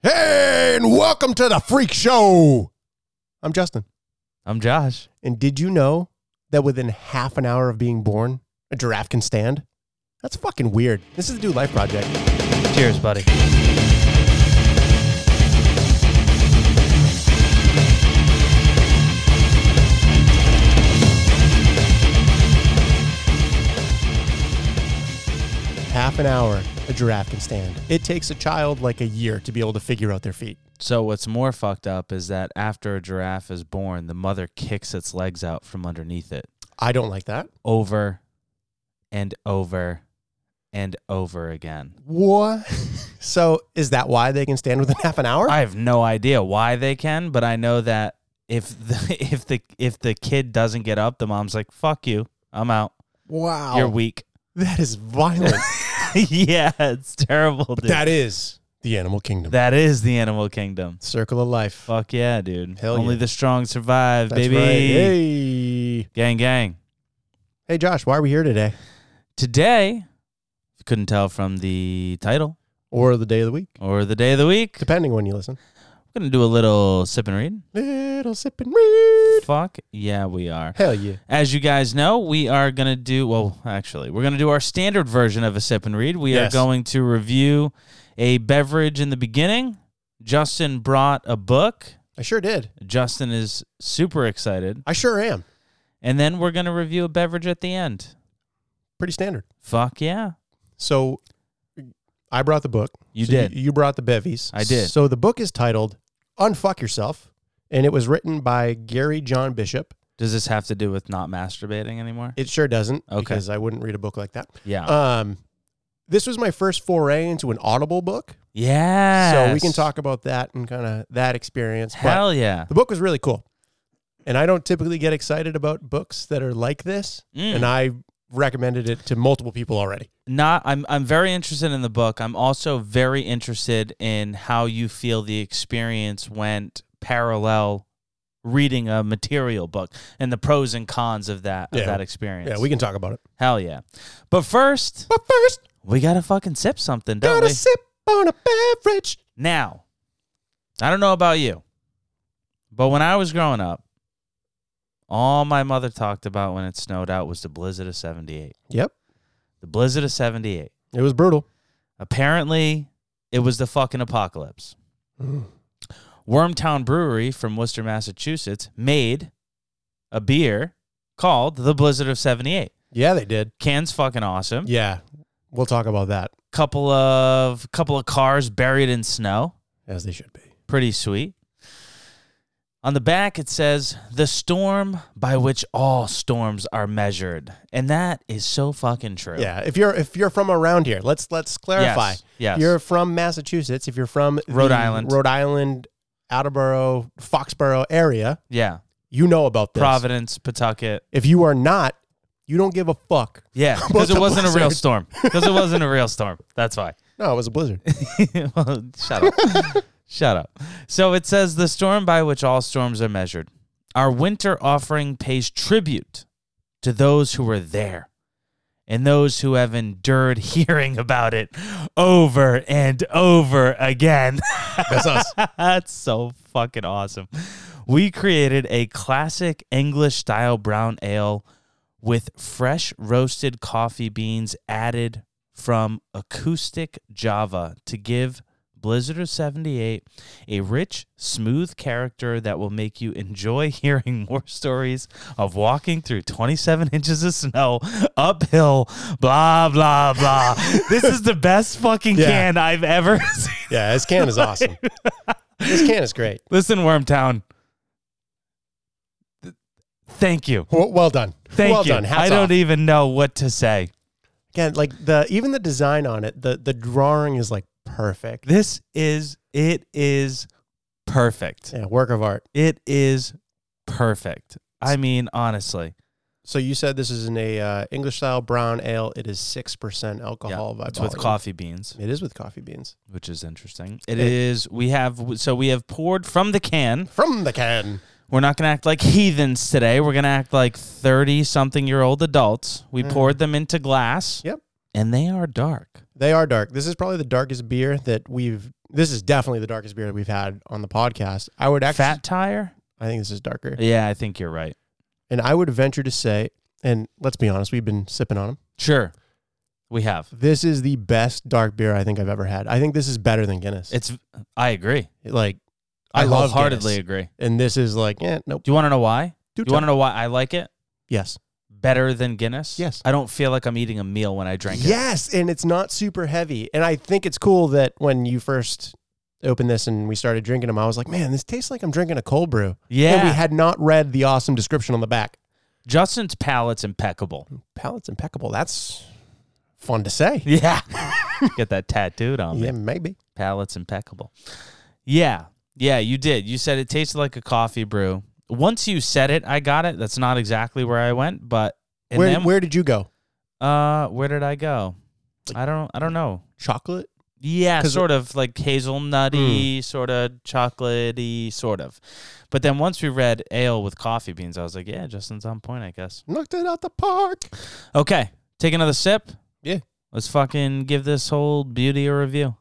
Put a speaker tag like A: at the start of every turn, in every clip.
A: Hey, and welcome to the Freak Show. I'm Justin.
B: I'm Josh.
A: And did you know that within half an hour of being born, a giraffe can stand? That's fucking weird. This is the Dude Life Project.
B: Cheers, buddy.
A: Half an hour, a giraffe can stand. It takes a child like a year to be able to figure out their feet.
B: So what's more fucked up is that after a giraffe is born, the mother kicks its legs out from underneath it
A: I don't like that.
B: over and over and over again.
A: What? so, is that why they can stand within half an hour?
B: I have no idea why they can, but I know that if the, if the if the kid doesn't get up, the mom's like, "Fuck you. I'm out.
A: wow.
B: You're weak."
A: that is violent.
B: yeah, it's terrible, dude.
A: that is the animal kingdom.
B: that is the animal kingdom.
A: Circle of life.
B: Fuck yeah, dude.
A: Hell
B: Only
A: yeah.
B: the strong survive,
A: That's
B: baby.
A: right. Hey.
B: Gang gang.
A: Hey, Josh, why are we here today?
B: Today, if you couldn't tell from the title
A: Or the day of the week,
B: or the day of the week,
A: depending when you listen.
B: we're going to do a little sip and read.
A: Little sip and read.
B: Fuck yeah, we are.
A: Hell yeah.
B: As you guys know, we are going to do, well, actually, we're going to do our standard version of a sip and read. We
A: Yes.
B: are going to review a beverage in the beginning. Justin brought a book.
A: I sure did.
B: Justin is super excited.
A: I sure am.
B: And then we're going to review a beverage at the end.
A: Pretty standard.
B: Fuck yeah.
A: So I brought the book.
B: You
A: So
B: did.
A: You, brought the bevies.
B: I did.
A: So the book is titled Unfuck Yourself, and it was written by Gary John Bishop.
B: Does this have to do with not masturbating anymore?
A: It sure doesn't
B: Okay.
A: because I wouldn't read a book like that.
B: Yeah.
A: Um, this was my first foray into an audible book.
B: yeah.
A: So we can talk about that and kind of that experience. but-
B: Hell yeah.
A: The book was really cool. And I don't typically get excited about books that are like this.
B: Mm.
A: And I recommended it to multiple people already.
B: Not I'm I'm very interested in the book. I'm also very interested in how you feel the experience went parallel reading a material book and the pros and cons of that
A: Yeah.
B: of that experience.
A: Yeah, we can talk about it.
B: Hell yeah. But first,
A: But first,
B: we got to fucking sip something, don't
A: gotta
B: we?
A: sip on a beverage.
B: Now, I don't know about you, but when I was growing up, all my mother talked about when it snowed out was the blizzard of 78.
A: Yep.
B: The blizzard of 78.
A: It was brutal.
B: Apparently, it was the fucking apocalypse. Wormtown Brewery from Worcester, Massachusetts made a beer called the Blizzard of 78.
A: Yeah, they did.
B: Can's fucking awesome.
A: Yeah. We'll talk about that
B: Couple of couple of cars buried in snow.
A: as they should be.
B: Pretty sweet. On the back it says the storm by which all storms are measured. And that is so fucking true.
A: Yeah. If you're if you're from around here, let's let's clarify.
B: Yes. yes.
A: You're from Massachusetts, if you're from the
B: Rhode Island.
A: Rhode Island, Attleboro, Foxborough area,
B: yeah.
A: you know about this.
B: Providence, Pawtucket.
A: If you are not, you don't give a fuck
B: Yeah,
A: About
B: because
A: the
B: it wasn't a real
A: blizzard.
B: storm. Because it wasn't a real storm. That's why.
A: No, it was a blizzard.
B: Well, shut up. shut up. So it says the storm by which all storms are measured. Our winter offering pays tribute to those who were there and those who have endured hearing about it over and over again.
A: That's us.
B: That's so fucking awesome. We created a classic English style brown ale with fresh roasted coffee beans added from acoustic Java to give Blizzard of 78 a rich, smooth character that will make you enjoy hearing more stories of walking through 27 inches of snow uphill, blah, blah, blah. this is the best fucking
A: Yeah.
B: can I've ever seen.
A: Yeah, this can is awesome. this can is great.
B: Listen, Wormtown. Th- Thank you.
A: Well, well done.
B: Thank
A: well
B: you.
A: done. Hats
B: I don't e-
A: off.
B: even know what to say.
A: Again, like the even the design on it, the the drawing is like perfect.
B: This is it is perfect.
A: Yeah, work of art.
B: It is perfect. I mean, honestly.
A: So you said this is in a uh, English style brown ale. It is six percent alcohol by
B: It's with
A: volume.
B: coffee beans,
A: It is with coffee beans
B: which is interesting. It
A: Hey.
B: is we have so we have poured from the can.
A: from the can.
B: We're not going to act like heathens today. We're going to act like 30 something year old adults. We
A: Mm.
B: poured them into glass.
A: Yep.
B: And they are dark.
A: They are dark. This is probably the darkest beer that we've. This is definitely the darkest beer that we've had on the podcast. I would actually.
B: Fat tire?
A: I think this is darker,
B: Yeah, I think you're right.
A: and I would venture to say, and let's be honest, we've been sipping on them.
B: Sure. We have.
A: This is the best dark beer I think I've ever had. I think this is better than Guinness.
B: It's I agree.
A: like,
B: I,
A: I love
B: wholeheartedly
A: Guinness.
B: agree.
A: and this is like, eh, nope.
B: Do you want to know why?
A: Too
B: Do you want
A: tough.
B: to know why I like it
A: Yes.
B: better than Guinness?
A: Yes.
B: I don't feel like I'm eating a meal when I drink it.
A: Yes, and it's not super heavy. And I think it's cool that when you first opened this and we started drinking them, I was like, man, this tastes like I'm drinking a cold brew.
B: Yeah.
A: And we had not read the awesome description on the back.
B: Justin's palate's impeccable.
A: Palate's impeccable. That's fun to say.
B: Yeah. Get that tattooed on me.
A: Yeah, maybe.
B: Palate's impeccable. Yeah. Yeah, you did. You said it tasted like a coffee brew. Once you said it, I got it. That's not exactly where I went, but and
A: Where,
B: then-
A: where did you go?
B: uh where did I go? I don't I don't know.
A: Chocolate?
B: Yeah,
A: 'Cause- Mm.
B: sort of like hazelnutty, sort of chocolatey, sort of. But then once we read ale with coffee beans, I was like, yeah, Justin's on point, I guess.
A: Knocked it out the park.
B: Okay, take another sip.
A: Yeah.
B: Let's fucking give this whole beauty a review.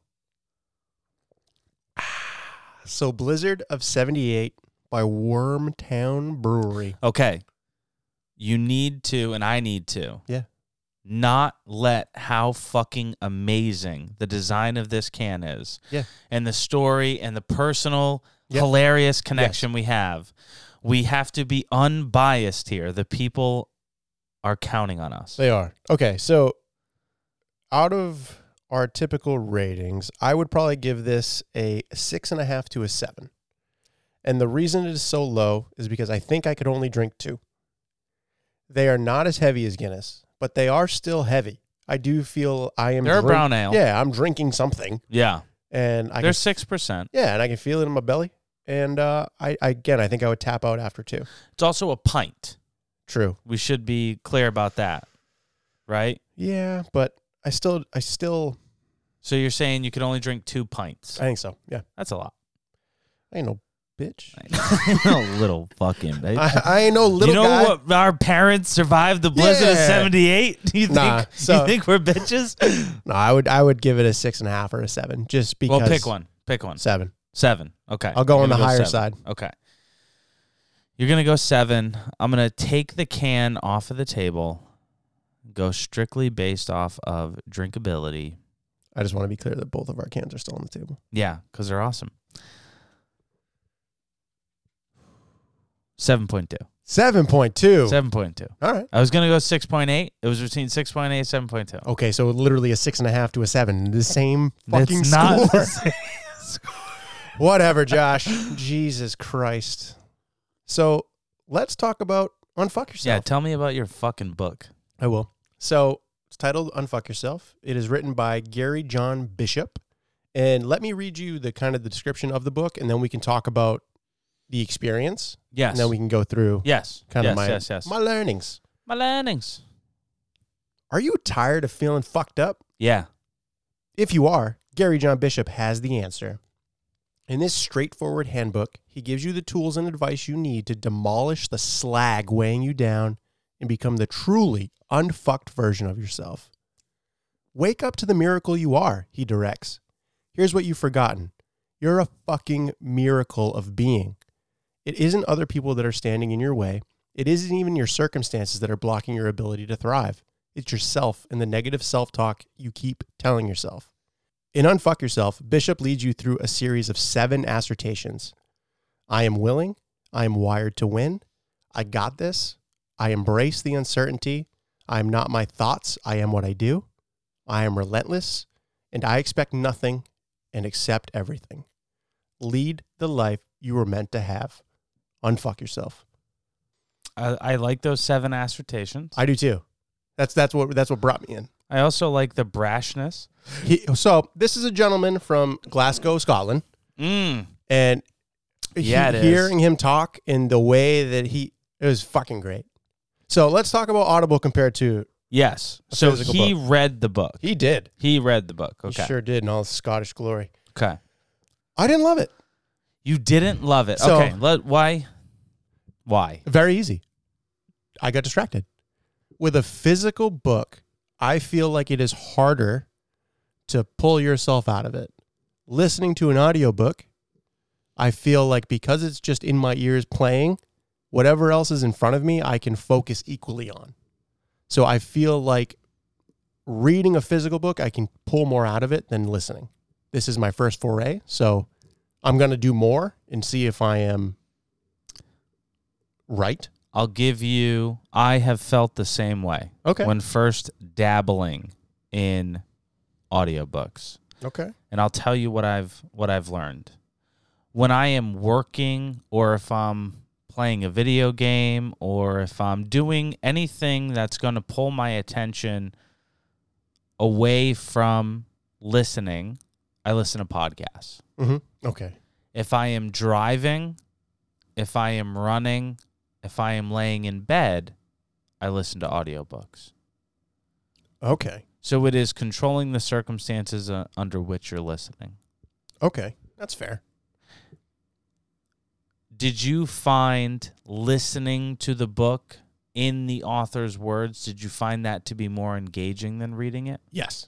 A: So Blizzard of 78 by Wormtown Brewery.
B: Okay. You need to, and I need to.
A: Yeah.
B: Not let how fucking amazing the design of this can is.
A: Yeah.
B: And the story and the personal,
A: Yeah.
B: hilarious connection we have. We have to be unbiased here. The people are counting on us.
A: They are. Okay, so out of our typical ratings, I would probably give this a six and a half to a seven. And the reason it is so low is because I think I could only drink two. They are not as heavy as Guinness, but they are still heavy. I do feel I am.
B: They're a
A: drink-
B: brown ale.
A: Yeah, I'm drinking something,
B: Yeah.
A: and I
B: They're
A: can,
B: 6%.
A: yeah, and I can feel it in my belly. And uh, I I- again, I think I would tap out after two.
B: It's also a pint.
A: True.
B: We should be clear about that. Right?
A: Yeah, but I still I still
B: So you're saying you can only drink two pints.
A: I think so. Yeah,
B: That's a lot.
A: I ain't no bitch.
B: no little fucking baby.
A: I, I ain't no little
B: you know
A: guy.
B: what? Our parents survived the blizzard of
A: Yeah.
B: '78. You think?
A: Nah, so-
B: you think we're bitches?
A: No, I would I would give it a six and a half or a seven, just because.
B: well, pick one. Pick one.
A: Seven.
B: Seven. Okay.
A: I'll go
B: You're
A: on the
B: gonna
A: higher
B: seven.
A: side.
B: Okay. You're gonna go seven. I'm gonna take the can off of the table. Go strictly based off of drinkability.
A: I just want to be clear that both of our cans are still on the table.
B: Yeah, because they're awesome. Seven point two.
A: Seven point two.
B: Seven point two.
A: All right.
B: I was gonna go six point eight. It was between six point eight and seven point two.
A: Okay, so literally a six and a half to a seven. The same fucking
B: That's not
A: score.
B: the same score.
A: Whatever, Josh. Jesus Christ. So let's talk about unfuck
B: Yeah,
A: yourself.
B: tell me about your fucking book.
A: I will. So it's titled Unfuck Yourself. It is written by Gary John Bishop. And let me read you the kind of the description of the book and then we can talk about the experience
B: Yes.
A: and then we can go through
B: yes.
A: kind
B: yes,
A: of my
B: yes, yes.
A: my
B: My,
A: learnings.
B: landings.
A: Are you tired of feeling fucked up?
B: Yeah.
A: If you are, Gary John Bishop has the answer. In this straightforward handbook, he gives you the tools and advice you need to demolish the slag weighing you down and become the truly unfucked version of yourself. Wake up to the miracle you are, he directs. Here's what you've forgotten you're a fucking miracle of being. It isn't other people that are standing in your way, it isn't even your circumstances that are blocking your ability to thrive. It's yourself and the negative self talk you keep telling yourself. In Unfuck Yourself, Bishop leads you through a series of seven assertions I am willing. I am wired to win. I got this. I embrace the uncertainty. I am not my thoughts. I am what I do. I am relentless. And I expect nothing and accept everything. Lead the life you were meant to have. Unfuck yourself.
B: I, I like those seven assertions.
A: I do too. That's, that's, what, that's what brought me in.
B: I also like the brashness.
A: He, so this is a gentleman from Glasgow, Scotland,
B: Mm.
A: and he-
B: Yeah, it is.
A: hearing him talk in the way that he it was fucking great. So let's talk about Audible compared to
B: Yes.
A: A
B: So
A: physical
B: he read the book.
A: he did.
B: He read the book.
A: He
B: Okay.
A: sure did in all his Scottish glory.
B: Okay.
A: I didn't love it.
B: You didn't love it.
A: So-
B: okay. Let, why? Why?
A: Very easy. I got distracted. With a physical book, I feel like it is harder to pull yourself out of it. Listening to an audiobook, I feel like because it's just in my ears playing, whatever else is in front of me, I can focus equally on. So I feel like reading a physical book, I can pull more out of it than listening. This is my first foray, so I'm going to do more and see if I am right.
B: I'll give you, I have felt the same way
A: Okay.
B: when first dabbling in audiobooks.
A: okay.
B: and I'll tell you what I've what I've learned. When I am working or if I'm playing a video game or if I'm doing anything that's going to pull my attention away from listening, I listen to podcasts.
A: hmm Okay.
B: If I am driving, if I am running, if I am laying in bed, I listen to audiobooks.
A: Okay.
B: So it is controlling the circumstances uh, under which you're listening.
A: Okay. That's fair.
B: did you find listening to the book in the author's words did you find that to be more engaging than reading it
A: Yes.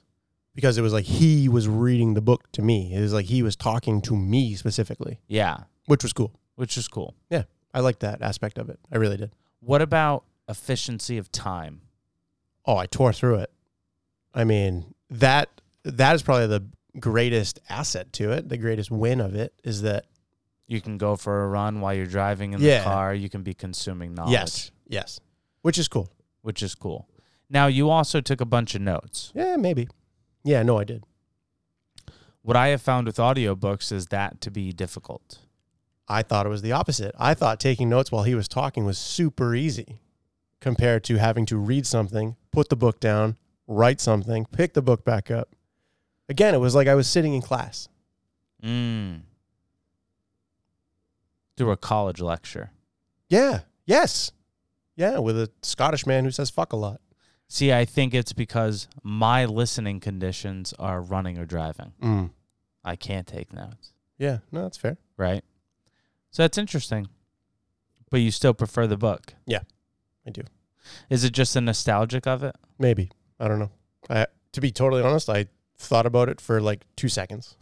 A: Because it was like he was reading the book to me. It was like he was talking to me specifically,
B: yeah
A: which was cool.
B: which is cool
A: Yeah. I liked that aspect of it. I really did.
B: what about efficiency of time
A: Oh, I tore through it. I mean, that that is probably the greatest asset to it. The greatest win of it is that
B: you can go for a run while you're driving in
A: Yeah.
B: the car you can be consuming knowledge
A: yes, yes, which is cool.
B: which is cool now you also took a bunch of notes
A: Yeah, maybe. Yeah, no, I did.
B: what i have found with audiobooks is that to be difficult
A: I thought it was the opposite. I thought taking notes while he was talking was super easy compared to having to read something, put the book down, write something, pick the book back up. Again, it was like I was sitting in class.
B: mm. through a college lecture
A: Yeah, yes. Yeah, with a Scottish man who says fuck a lot.
B: See, I think it's because my listening conditions are running or driving.
A: Mm.
B: I can't take notes,
A: Yeah, no, that's fair.
B: right? So that's interesting. But you still prefer the book.
A: Yeah, I do.
B: Is it just the nostalgic of it?
A: Maybe. I don't know. I to be totally honest, I thought about it for like 2 seconds.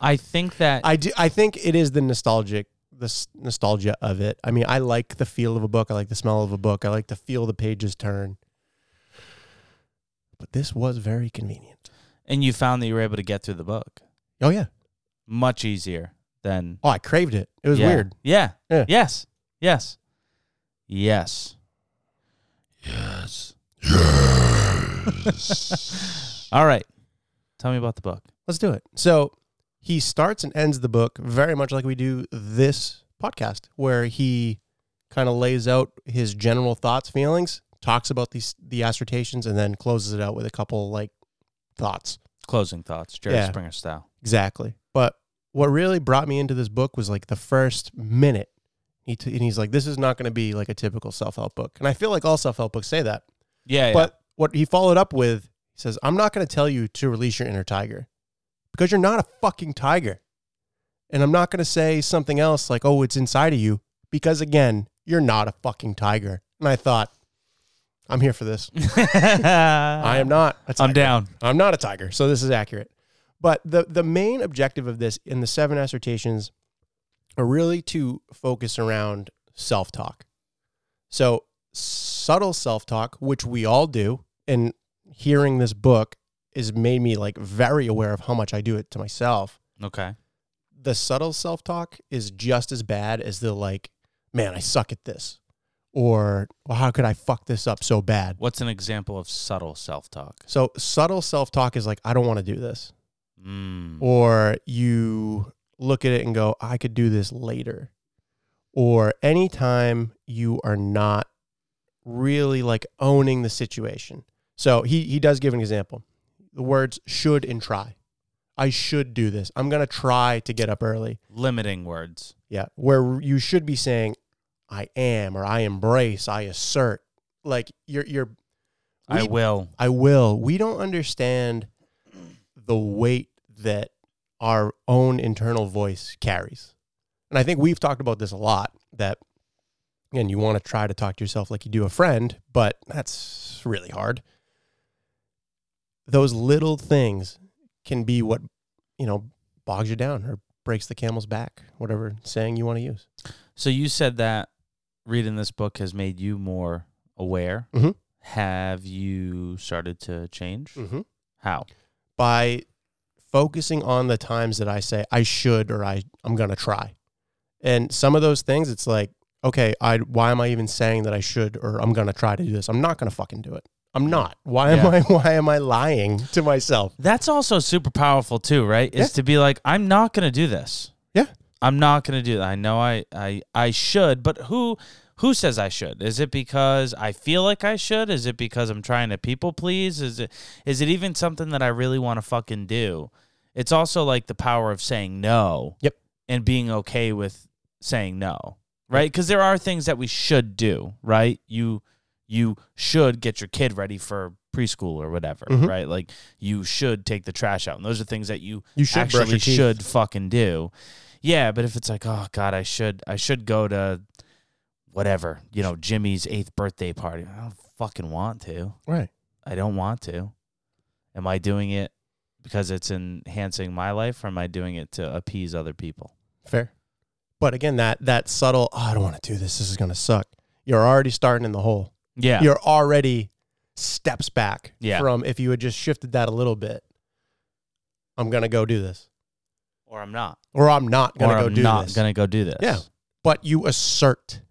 B: I think that
A: I do I think it is the nostalgic the s- nostalgia of it. I mean, I like the feel of a book, I like the smell of a book, I like to feel the pages turn. But this was very convenient.
B: and you found that you were able to get through the book
A: Oh yeah.
B: much easier than
A: Oh, I craved it. It was
B: Yeah.
A: weird.
B: Yeah.
A: Yeah.
B: Yes. Yes. Yes. Yes. Yes. All right. Tell me about the book.
A: Let's do it. So he starts and ends the book very much like we do this podcast, where he kind of lays out his general thoughts, feelings, talks about these the assertions, and then closes it out with a couple like thoughts.
B: Closing thoughts, Jerry
A: Yeah.
B: Springer style.
A: Exactly. But what really brought me into this book was like the first minute. He t- and he's like, this is not going to be like a typical self help book. And I feel like all self help books say that.
B: Yeah, yeah.
A: But what he followed up with, he says, I'm not going to tell you to release your inner tiger because you're not a fucking tiger. And I'm not going to say something else like, oh, it's inside of you because, again, you're not a fucking tiger. And I thought, I'm here for this. I
B: I
A: am not a tiger.
B: I'm down.
A: I'm not a tiger, so this is accurate. But the the main objective of this in the seven assertions are really to focus around self talk. So subtle self talk, which we all do, and hearing this book has made me like very aware of how much I do it to myself.
B: Okay.
A: The subtle self talk is just as bad as the like, man, I suck at this, or well, how could I fuck this up so bad?
B: What's an example of subtle self talk?
A: So subtle self talk is like, I don't want to do this.
B: Mm.
A: or you look at it and go, I could do this later. Or anytime you are not really like owning the situation. So he, he does give an example the words should and try. I should do this. I'm going to try to get up early.
B: Limiting words.
A: Yeah. Where you should be saying, I am, or I embrace, I assert. Like you're, you're,
B: I
A: we-
B: will.
A: I will. We don't understand the weight that our own internal voice carries. And I think we've talked about this a lot that, again, you want to try to talk to yourself like you do a friend, but that's really hard. Those little things can be what you know bogs you down or breaks the camel's back, whatever saying you want to use.
B: So you said that reading this book has made you more aware.
A: Mhm.
B: Have you started to change?
A: Mm-hmm.
B: How?
A: By focusing on the times that I say I should or I I'm gonna try, and some of those things, it's like okay, I why am I even saying that I should or I'm gonna try to do this? I'm not gonna fucking do it. I'm not. Why am
B: Yeah.
A: I? Why am I lying to myself?
B: That's also super powerful too, right? Is
A: Yeah.
B: to be like, I'm not gonna do this.
A: Yeah.
B: I'm not gonna do that. I know I, I I should, but who who says I should? Is it because I feel like I should? Is it because I'm trying to people please? Is it is it even something that I really wanna fucking do? It's also like the power of saying no.
A: Yep.
B: And being okay with saying no. Right? Because there are things that we should do, right? You you should get your kid ready for preschool or whatever,
A: Mhm.
B: right? Like you should take the trash out. And those are things that you
A: You should brush
B: actually
A: your teeth.
B: should fucking do. Yeah, but if it's like, oh God, I should I should go to whatever, you know, Jimmy's eighth birthday party. I don't fucking want to.
A: Right.
B: I don't want to. Am I doing it because it's enhancing my life or am I doing it to appease other people?
A: Fair. But again, that that subtle, oh, I don't want to do this. This is going to suck. You're already starting in the hole.
B: Yeah.
A: You're already steps back
B: Yeah.
A: from if you had just shifted that a little bit. I'm going to go do this
B: or I'm not.
A: or I'm not going
B: Or
A: to go
B: I'm
A: do
B: not
A: this.
B: gonna go do this.
A: Yeah. But you assert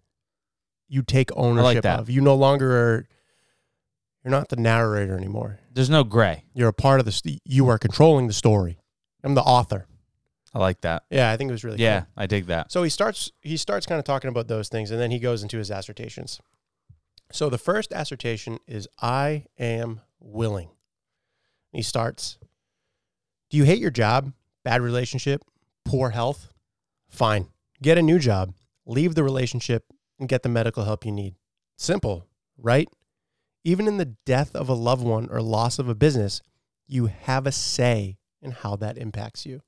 A: you take ownership
B: that.
A: of. You no longer are you're not the narrator anymore.
B: There's no gray.
A: You're a part of the st- you are controlling the story. I'm the author.
B: I like that.
A: Yeah, I think it was really
B: yeah, I dig that.
A: So he starts he starts kind of talking about those things and then he goes into his assertions. So the first assertion is I am willing. He starts Do you hate your job? Bad relationship? Poor health? Fine. Get a new job. Leave the relationship and get the medical help you need. Simple, right? Even in the death of a loved one or loss of a business, you have a say in how that impacts you.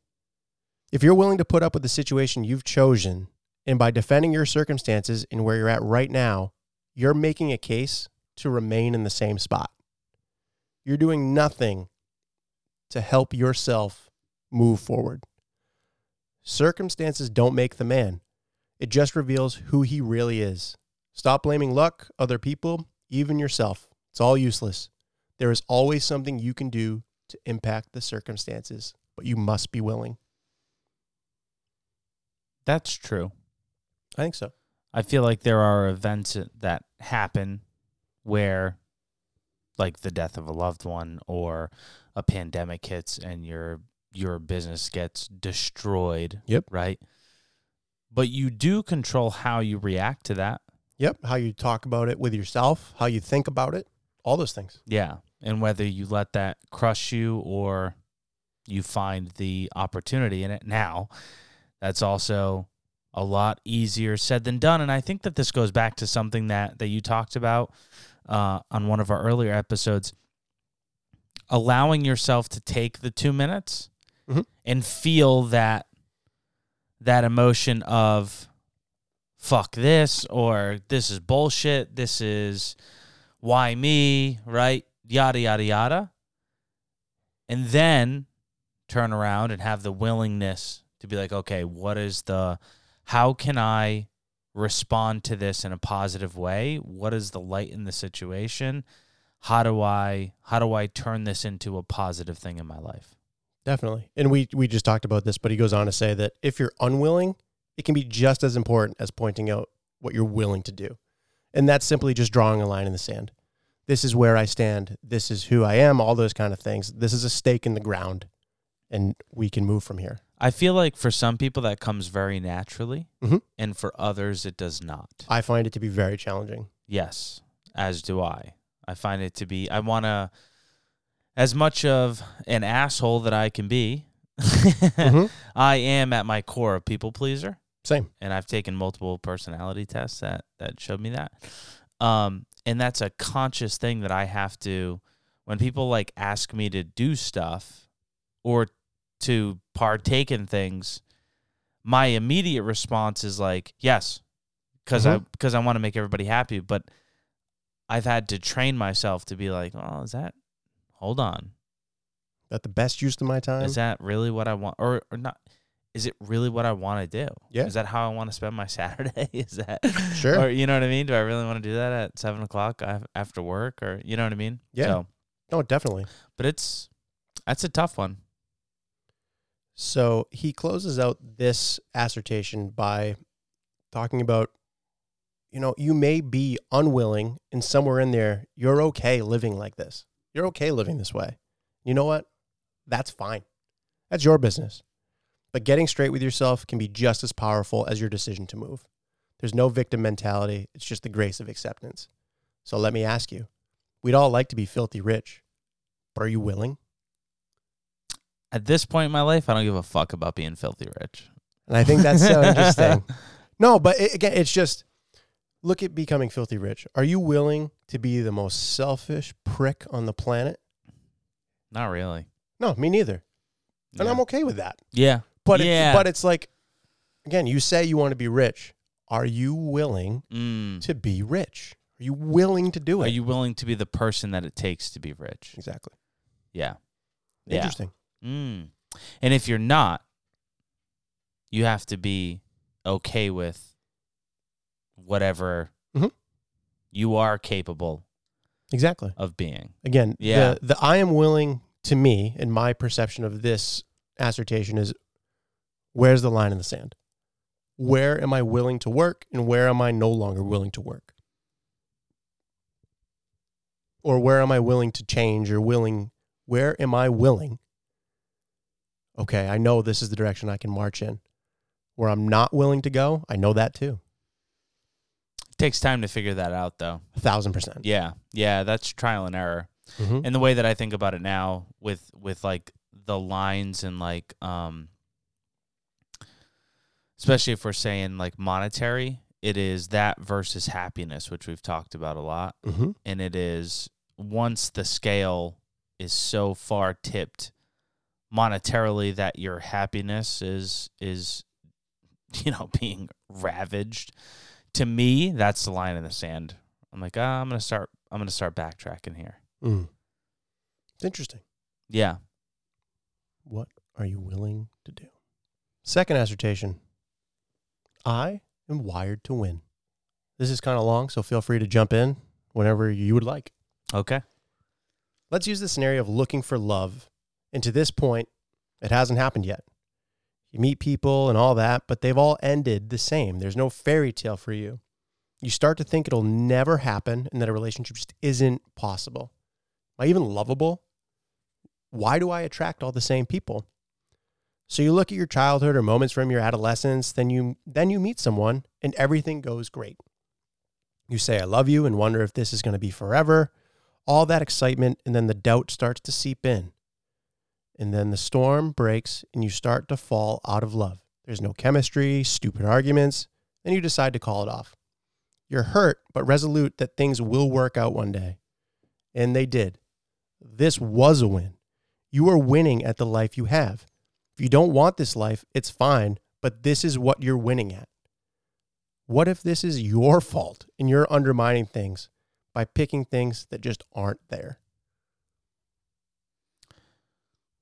A: If you're willing to put up with the situation you've chosen, and by defending your circumstances and where you're at right now, you're making a case to remain in the same spot. You're doing nothing to help yourself move forward. Circumstances don't make the man, it just reveals who he really is. Stop blaming luck, other people, even yourself. It's all useless. There is always something you can do to impact the circumstances, but you must be willing.
B: That's true.
A: I think so.
B: I feel like there are events that happen where, like the death of a loved one or a pandemic hits and your your business gets destroyed.
A: Yep.
B: Right. But you do control how you react to that.
A: Yep. How you talk about it with yourself, how you think about it, all those things.
B: Yeah. And whether you let that crush you or you find the opportunity in it now, that's also a lot easier said than done. And I think that this goes back to something that, that you talked about uh, on one of our earlier episodes allowing yourself to take the two minutes
A: Mhm.
B: and feel that that emotion of fuck this or this is bullshit this is why me, right? Yada, yada, yada. And then turn around and have the willingness to be like, okay, what is the, how can I respond to this in a positive way? What is the light in the situation? How do I, how do I turn this into a positive thing in my life?
A: Definitely. And we we just talked about this, but he goes on to say that if you're unwilling, it can be just as important as pointing out what you're willing to do. And that's simply just drawing a line in the sand. This is where I stand. This is who I am, all those kind of things. This is a stake in the ground and we can move from here.
B: I feel like for some people that comes very naturally,
A: Mhm.
B: and for others it does not.
A: I find it to be very challenging.
B: Yes, as do I. I find it to be, I want to, as much of an asshole that I can be,
A: Mhm.
B: I am at my core a people pleaser.
A: Same.
B: And I've taken multiple personality tests that, that showed me that. Um, and that's a conscious thing that I have to, when people like ask me to do stuff or to partake in things, my immediate response is like, yes, because I
A: Mhm.
B: because I want to make everybody happy. But I've had to train myself to be like, oh, is that? Hold on,
A: That the best use of my time.
B: Is that really what I want, or or not? Is it really what I want to do?
A: Yeah.
B: Is that how I want to spend my Saturday? Is that
A: Sure.
B: Or you know what I mean? Do I really want to do that at seven o'clock af- after work, or you know what I mean?
A: Yeah.
B: So,
A: no, Oh, definitely.
B: but it's that's a tough one.
A: So he closes out this assertion by talking about, you know, you may be unwilling, and somewhere in there, you're okay living like this. You're okay living this way. You know what? That's fine. That's your business. But getting straight with yourself can be just as powerful as your decision to move. There's no victim mentality, it's just the grace of acceptance. So let me ask you we'd all like to be filthy rich, but are you willing?
B: At this point in my life, I don't give a fuck about being filthy rich.
A: And I think that's so interesting. No, but it, again, it's just look at becoming filthy rich. Are you willing to be the most selfish prick on the planet?
B: Not really.
A: No, me neither. And
B: yeah.
A: I'm okay with that.
B: yeah.
A: But
B: Yeah.
A: it, but it's like again, you say you want to be rich. Are you willing
B: Mm.
A: to be rich? Are you willing to do it? Mm.
B: Are you willing to be the person that it takes to be rich?
A: exactly.
B: Yeah. Yeah.
A: Interesting.
B: Mm. And if you're not, you have to be okay with whatever
A: Mhm.
B: you are capable
A: Exactly.
B: of being.
A: Again,
B: Yeah.
A: the, the I am willing to me and my perception of this assertion is where's the line in the sand? Where am I willing to work and where am I no longer willing to work? Or where am I willing to change or willing where am I willing? Okay, I know this is the direction I can march in. Where I'm not willing to go, I know that too.
B: It takes time to figure that out, though.
A: A thousand percent.
B: Yeah. Yeah. That's trial and error.
A: Mhm.
B: and the way that I think about it now with with like the lines and like um especially if we're saying like monetary it is that versus happiness which we've talked about a lot
A: Mhm.
B: and it is once the scale is so far tipped monetarily that your happiness is is you know being ravaged to me that's the line in the sand i'm like ah, i'm going to start i'm going to start backtracking here
A: Mm. It's interesting.
B: yeah
A: What are you willing to do? Second assertion I am wired to win. This is kind of long, so feel free to jump in whenever you would like.
B: Okay.
A: Let's use the scenario of looking for love. And to this point, it hasn't happened yet. You meet people and all that, but they've all ended the same. There's no fairy tale for you. You start to think it'll never happen and that a relationship just isn't possible. Am I even lovable? Why do I attract all the same people? So you look at your childhood or moments from your adolescence, then you then you meet someone and everything goes great. You say I love you and wonder if this is going to be forever all that excitement, and then the doubt starts to seep in. And then the storm breaks, and you start to fall out of love. There's no chemistry, stupid arguments, and you decide to call it off. You're hurt, but resolute that things will work out one day. And they did. This was a win. You are winning at the life you have. If you don't want this life, it's fine, but this is what you're winning at. What if this is your fault and you're undermining things? by picking things that just aren't there.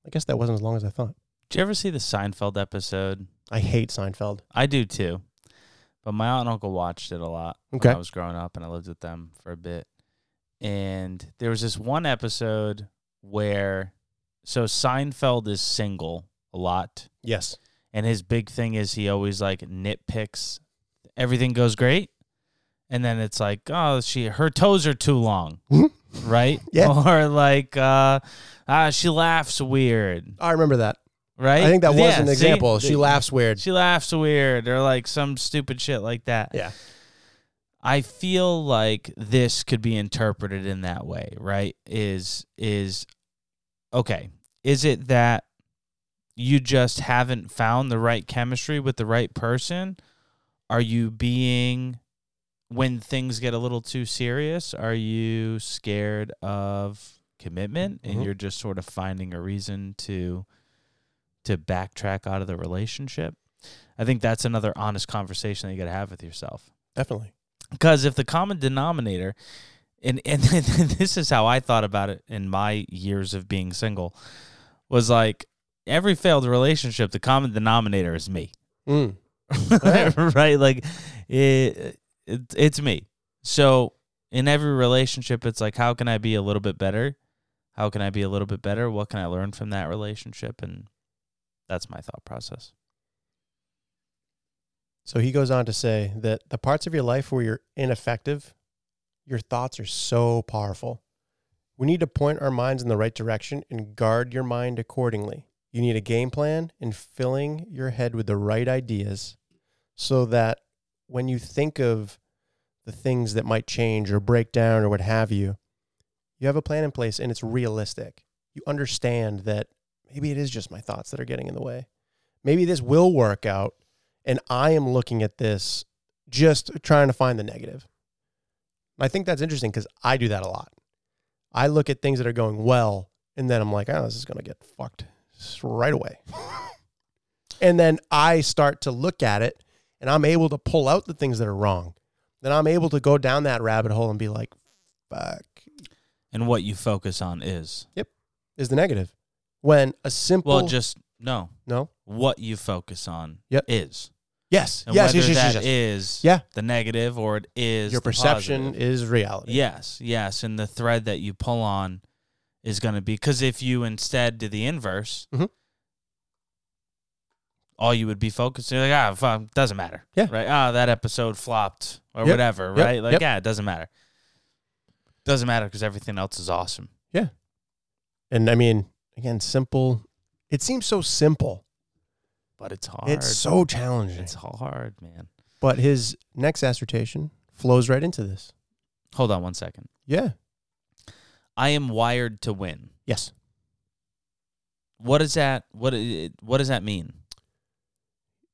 A: I guess that wasn't as long as I thought.
B: Did you ever see the Seinfeld episode?
A: I hate Seinfeld.
B: I do too. But my aunt and uncle watched it a lot
A: Okay.
B: when I was growing up and I lived with them for a bit. And there was this one episode where so Seinfeld is single a lot
A: Yes.
B: and his big thing is he always like nitpicks everything goes great and then it's like oh she her toes are too long
A: Mhm.
B: right
A: Yeah.
B: or like uh, ah she laughs weird
A: I remember that.
B: right
A: I think that was
B: Yeah,
A: an
B: see?
A: example. she
B: The-
A: laughs weird.
B: she laughs weird or like some stupid shit like that.
A: Yeah.
B: I feel like this could be interpreted in that way, right? Is is okay. Is it that you just haven't found the right chemistry with the right person? Are you being when things get a little too serious, are you scared of commitment
A: Mhm.
B: and you're just sort of finding a reason to to backtrack out of the relationship? I think that's another honest conversation that you got to have with yourself.
A: Definitely.
B: Because if the common denominator, and, and this is how I thought about it in my years of being single, was like every failed relationship, the common denominator is me.
A: Mm.
B: right? Like it, it, it's me. So in every relationship, it's like, how can I be a little bit better? How can I be a little bit better? What can I learn from that relationship? And that's my thought process.
A: So he goes on to say that the parts of your life where you're ineffective, your thoughts are so powerful. We need to point our minds in the right direction and guard your mind accordingly. You need a game plan and filling your head with the right ideas so that when you think of the things that might change or break down or what have you, you have a plan in place and it's realistic. You understand that maybe it is just my thoughts that are getting in the way. Maybe this will work out and I am looking at this just trying to find the negative. I think that's interesting because I do that a lot. I look at things that are going well, and then I'm like, oh, this is going to get fucked s- right away. and then I start to look at it, and I'm able to pull out the things that are wrong. Then I'm able to go down that rabbit hole and be like, fuck,
B: And what you focus on is
A: is the negative. When a simple.
B: well, just no.
A: no?
B: What you focus on
A: Yep.
B: is,
A: Yes.
B: and
A: yes, yes,
B: whether
A: yes, yes,
B: that
A: yes.
B: is
A: Yeah.
B: the negative or it is
A: Your
B: the
A: perception
B: positive.
A: is reality.
B: Yes, yes, and the thread that you pull on is going to be because if you instead did the inverse,
A: Mhm.
B: all you would be focused. You're like, ah, fuck, doesn't matter.
A: Yeah.
B: right. Ah, that episode flopped or
A: Yep,
B: whatever.
A: yep,
B: Right, like
A: yep.
B: yeah, it doesn't matter. Doesn't matter because everything else is awesome.
A: And I mean, again, simple. It seems so simple.
B: But it's hard.
A: It's so challenging.
B: it's hard, man.
A: But his next assertion flows right into this.
B: Hold on one second.
A: Yeah.
B: I am wired to win.
A: Yes.
B: What is that? What i- what does that mean?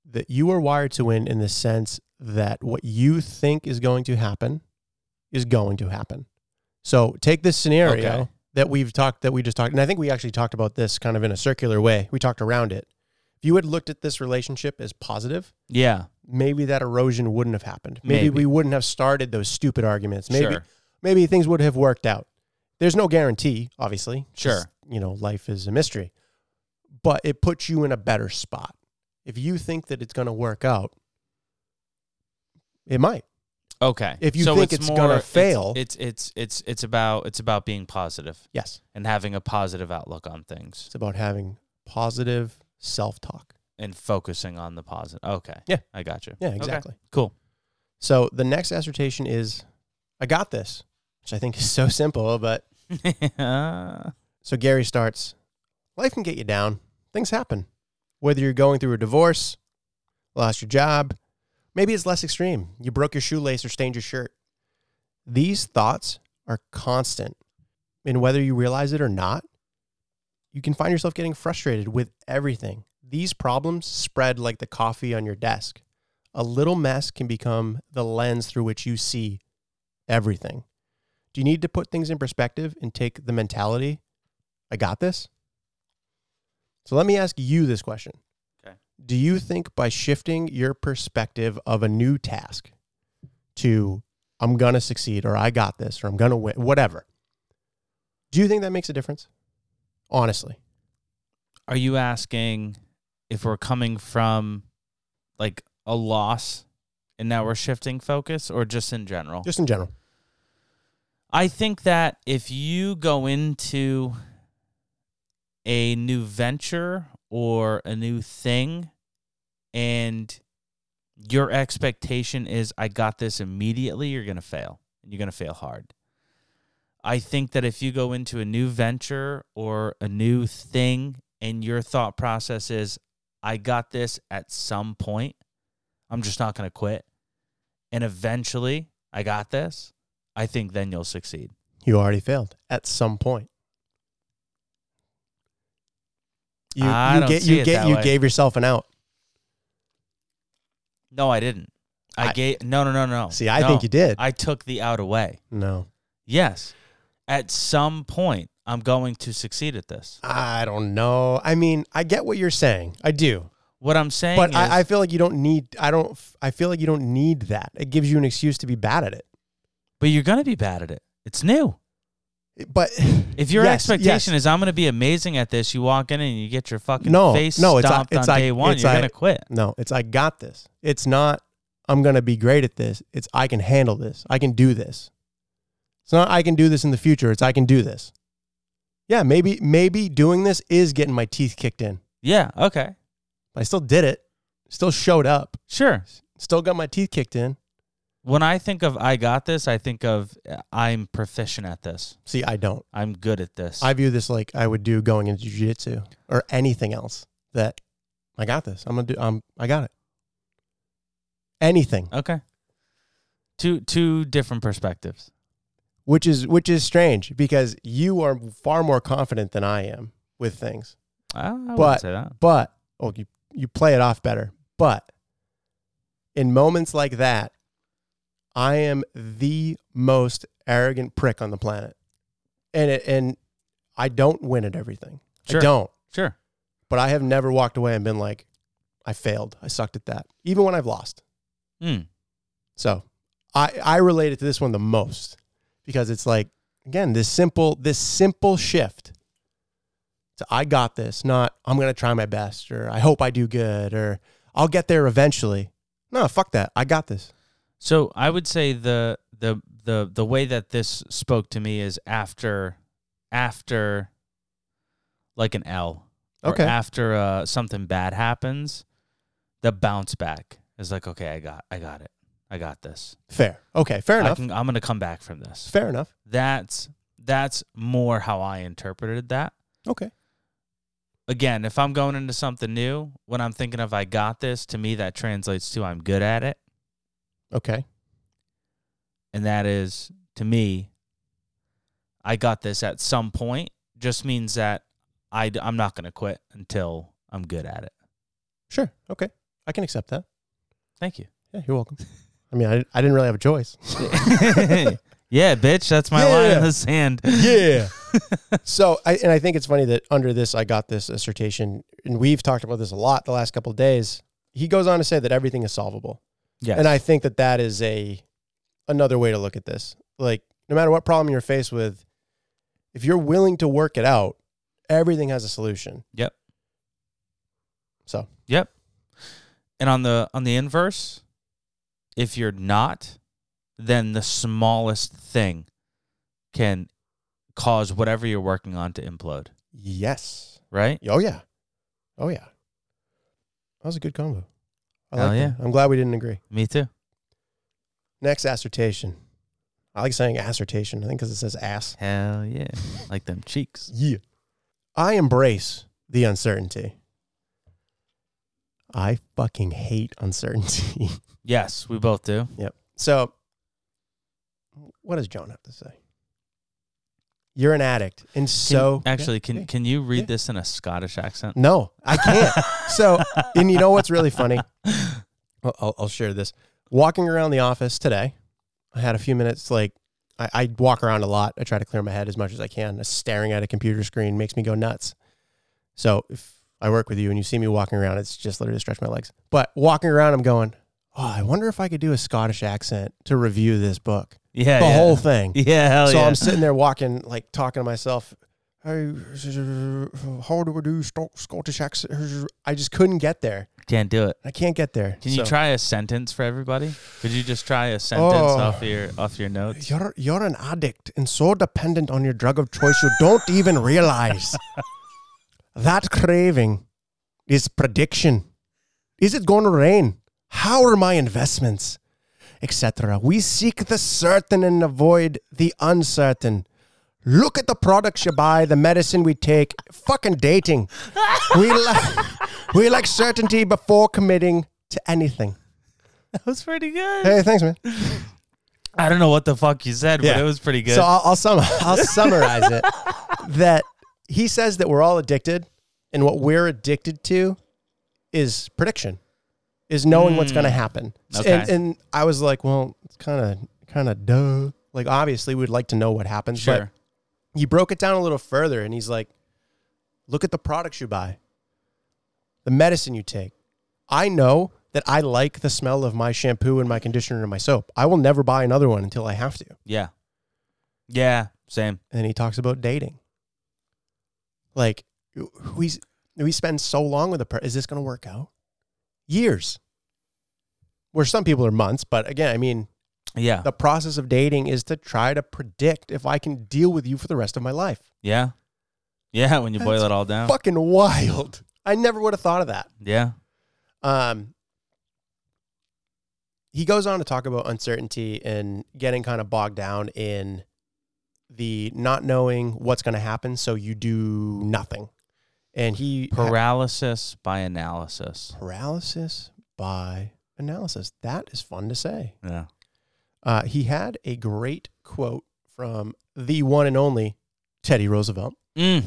A: That you are wired to win in the sense that what you think is going to happen is going to happen. So take this scenario
B: Okay.
A: that we've talked, that we just talked, and I think we actually talked about this kind of in a circular way. We talked around it. If you had looked at this relationship as positive,
B: Yeah,
A: maybe that erosion wouldn't have happened. Maybe,
B: Maybe.
A: we wouldn't have started those stupid arguments. Maybe
B: sure.
A: maybe things would have worked out. There's no guarantee, obviously. 'cause,
B: Sure.
A: You know, life is a mystery. But it puts you in a better spot. If you think that it's going to work out, it might.
B: Okay.
A: If you think it's gonna fail-
B: it's, it's it's it's about it's about being positive
A: Yes.
B: and having a positive outlook on things
A: It's about having positive self talk.
B: and focusing on the positive. Okay.
A: Yeah.
B: I got you.
A: Yeah,
B: Okay,
A: exactly.
B: Cool.
A: So the next assertion is I got this, which I think is so simple. But so Gary starts life can get you down, things happen. Whether you're going through a divorce, lost your job, maybe it's less extreme. You broke your shoelace or stained your shirt. These thoughts are constant. And whether you realize it or not, you can find yourself getting frustrated with everything. These problems spread like the coffee on your desk. A little mess can become the lens through which you see everything. Do you need to put things in perspective and take the mentality, I got this? So let me ask you this question.
B: Okay.
A: Do you think by shifting your perspective of a new task to I'm going to succeed or I got this or I'm going to win, whatever, do you think that makes a difference? Honestly.
B: Are you asking if we're coming from like a loss and now we're shifting focus or just in general?
A: Just in general.
B: I think that if you go into a new venture or a new thing and your expectation is I got this immediately, you're going to fail. and You're going to fail hard. I think that if you go into a new venture or a new thing and your thought process is I got this at some point, I'm just not going to quit. And eventually, I got this. I think then you'll succeed.
A: You already failed at some point. You,
B: I
A: you
B: don't
A: ga-
B: see
A: you
B: it
A: ga-
B: that
A: you
B: way.
A: gave yourself an out.
B: No, I didn't. I,
A: I-
B: gave no, no, no, no.
A: See, I
B: No.
A: think you did.
B: I took the out away.
A: no.
B: Yes, at some point, I'm going to succeed at this.
A: I don't know. I mean, I get what you're saying. I do.
B: What I'm saying
A: But
B: is,
A: I, I feel like you don't need I don't f- I feel like you don't need that. It gives you an excuse to be bad at it.
B: but you're gonna be bad at it. It's new.
A: But
B: If your
A: Yes,
B: expectation
A: yes.
B: is I'm going to be amazing at this, you walk in and you get your fucking
A: No,
B: face
A: no, it's a-
B: stomped
A: it's
B: on
A: a-
B: day one,
A: it's
B: you're
A: a-
B: going to quit.
A: no, it's I got this. It's not I'm gonna be great at this. It's I can handle this. I can do this. It's not I can do this in the future. It's I can do this. Yeah, maybe maybe doing this is getting my teeth kicked in.
B: Yeah. Okay.
A: I still did it. Still showed up.
B: Sure.
A: Still got my teeth kicked in.
B: When I think of I got this, I think of uh, I'm proficient at this.
A: See, I don't.
B: I'm good at this.
A: I view this like I would do going into jujitsu or anything else. That I got this. I'm gonna do. I'm. I got it. Anything,
B: okay. Two two different perspectives.
A: which is which is strange because you are far more confident than I am with things.
B: I, I wouldn't
A: But-
B: say that.
A: But oh, you you play it off better. But in moments like that, I am the most arrogant prick on the planet, and it, and I don't win at everything.
B: Sure.
A: I don't.
B: Sure.
A: but I have never walked away and been like, I failed. I sucked at that, even when I've lost.
B: Hmm.
A: So I, I relate it to this one the most because it's like, again, this simple, this simple shift to I got this, not I'm going to try my best or I hope I do good or I'll get there eventually. No, fuck that. I got this.
B: So I would say the the the the way that this spoke to me is after after like an L. or
A: Okay.
B: After uh, something bad happens, the bounce back is like, okay, I got I got it. I got this.
A: Fair. Okay. Fair
B: I
A: enough.
B: can, I'm gonna come back from this.
A: Fair enough.
B: That's that's more how I interpreted that.
A: Okay.
B: Again, if I'm going into something new, when I'm thinking of I got this, to me that translates to I'm good at it.
A: Okay.
B: and that is to me i got this at some point just means that I, am not going to quit until i'm good at it
A: Sure. Okay. I can accept that.
B: thank you
A: Yeah. You're welcome. I mean, I, I didn't really have a choice.
B: yeah bitch that's my line in
A: Yeah.
B: the sand
A: yeah. so, I, and I think it's funny that under this, I got this dissertation, and we've talked about this a lot the last couple of days. He goes on to say that everything is solvable,
B: yes.
A: and I think that that is a another way to look at this. Like, no matter what problem you're faced with, if you're willing to work it out, everything has a solution.
B: Yep.
A: So,
B: and on the on the inverse if you're not then the smallest thing can cause whatever you're working on to implode
A: yes.
B: right
A: Oh yeah. Oh yeah. That was a good combo. I
B: Hell
A: like that. I'm glad we didn't agree.
B: me too
A: Next assertion. I like saying assertion, I think because it says ass.
B: hell yeah like them cheeks
A: Yeah. I embrace the uncertainty. I fucking hate uncertainty.
B: yes we both do
A: so, what does John have to say? You're an addict. And
B: Can-
A: so.
B: actually, can
A: yeah,
B: can you read
A: yeah.
B: this in a Scottish accent?
A: No, I can't. so, and you know what's really funny? I'll- I'll, I'll share this. Walking around the office today, I had a few minutes. Like, I, I walk around a lot. I try to clear my head as much as I can. Staring at a computer screen makes me go nuts. So, if I work with you and you see me walking around, it's just literally to stretch my legs. But walking around, I'm going, oh, I wonder if I could do a Scottish accent to review this book,
B: Yeah,
A: the
B: yeah.
A: whole thing
B: Yeah, hell
A: so
B: yeah.
A: I'm sitting there walking, like talking to myself. Hey, how do I do Sc- Scottish accent? I just couldn't get there.
B: Can't do it.
A: I can't get there.
B: Can you
A: So,
B: try a sentence for everybody? Could you just try a sentence
A: Oh.
B: off your off your notes?
A: You're you're an addict and so dependent on your drug of choice you don't even realize that craving is prediction. Is it going to rain? How are my investments? Etc. We seek the certain and avoid the uncertain. Look at the products you buy, the medicine we take, fucking dating. We like we like certainty before committing to anything.
B: That was pretty good.
A: Hey, thanks, man.
B: I don't know what the fuck you said, but
A: Yeah.
B: it was pretty good.
A: So I'll, I'll sum I'll summarize it that he says that we're all addicted, and what we're addicted to is prediction, is knowing what's going to happen. S- And,
B: Mm. Okay.
A: and I was like, well, it's kind of kind of duh. Like obviously we'd like to know what happens,
B: sure.
A: but he broke it down a little further, and he's like, look at the products you buy, the medicine you take. I know that I like the smell of my shampoo and my conditioner and my soap. I will never buy another one until I have to.
B: Yeah. Yeah, same.
A: and he talks about dating. Like we we spend so long with a person. Is this going to work out? Years. Where some people are months, but again, I mean,
B: Yeah,
A: the process of dating is to try to predict if I can deal with you for the rest of my life.
B: yeah, yeah. When you boil
A: That's
B: it all down,
A: Fucking wild. I never would have thought of that.
B: yeah,
A: Um, he goes on to talk about uncertainty and getting kind of bogged down in the not knowing what's going to happen, so you do nothing. And he
B: paralysis by analysis.
A: paralysis by analysis. That is fun to say.
B: Yeah,
A: Uh, he had a great quote from the one and only Teddy Roosevelt
B: mm.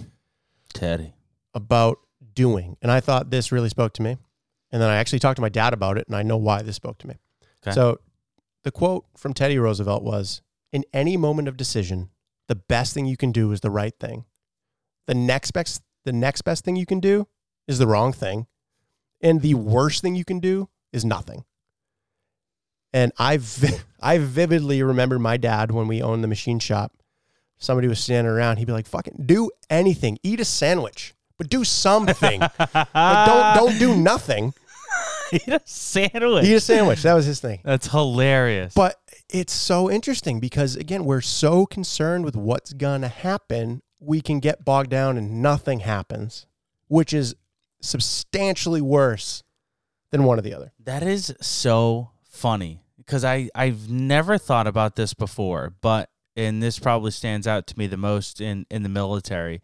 B: Teddy.
A: about doing, and I thought this really spoke to me. And then I actually talked to my dad about it, and I know why this spoke to me.
B: Okay.
A: So, the quote from Teddy Roosevelt was In any moment of decision, the best thing you can do is the right thing. The next best, the next best thing you can do is the wrong thing. And the worst thing you can do is nothing. And I, vi- I vividly remember my dad when we owned the machine shop. Somebody was standing around. He'd be like, fucking do anything, eat a sandwich, but do something. like, don't, don't do nothing.
B: Eat a sandwich.
A: Eat a sandwich. That was his thing.
B: That's hilarious.
A: But it's so interesting because again, we're so concerned with what's gonna happen, we can get bogged down and nothing happens, which is substantially worse than one or the other.
B: That is so funny because I I've never thought about this before, but and this probably stands out to me the most in in the military.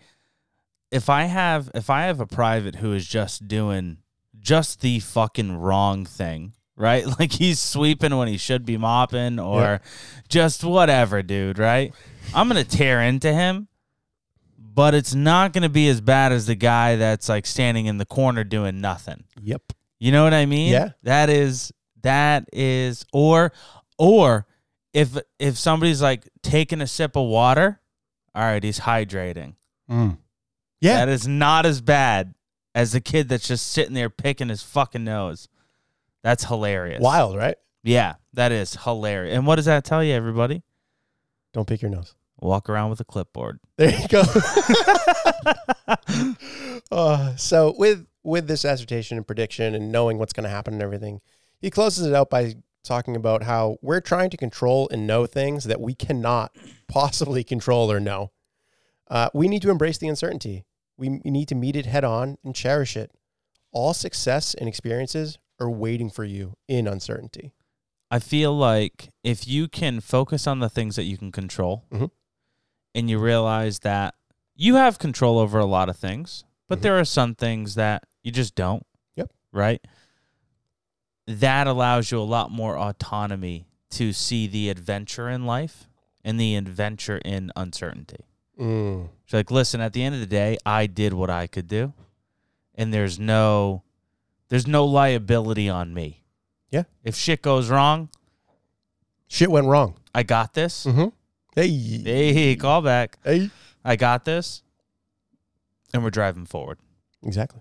B: If I have if I have a private who is just doing just the fucking wrong thing, right? Like he's sweeping when he should be mopping or
A: Yeah.
B: just whatever, dude, right? I'm going to tear into him, but it's not going to be as bad as the guy that's like standing in the corner doing nothing.
A: Yep.
B: You know what I mean?
A: Yeah.
B: That is that is or or if if somebody's like taking a sip of water, all right, he's hydrating.
A: Yeah.
B: That is not as bad as the kid that's just sitting there picking his fucking nose. That's hilarious.
A: Wild, right?
B: Yeah, that is hilarious. And what does that tell you, everybody?
A: Don't pick your nose.
B: Walk around with a clipboard.
A: There you go. Uh, so with with this assertion and prediction and knowing what's going to happen and everything, he closes it out by talking about how we're trying to control and know things that we cannot possibly control or know. Uh, we need to embrace the uncertainty. We m- need to meet it head on and cherish it. All success and experiences are waiting for you in uncertainty.
B: I feel like if you can focus on the things that you can control
A: Mhm.
B: and you realize that you have control over a lot of things, but
A: Mhm.
B: there are some things that you just don't.
A: Yep.
B: Right? That allows you a lot more autonomy to see the adventure in life and the adventure in uncertainty.
A: Mm.
B: So like, listen, at the end of the day, I did what I could do. And there's no there's no liability on me.
A: Yeah.
B: If shit goes wrong,
A: Shit went wrong.
B: I got this.
A: Mm-hmm. Hey,
B: Hey, call back.
A: hey.
B: I got this. And we're driving forward.
A: Exactly.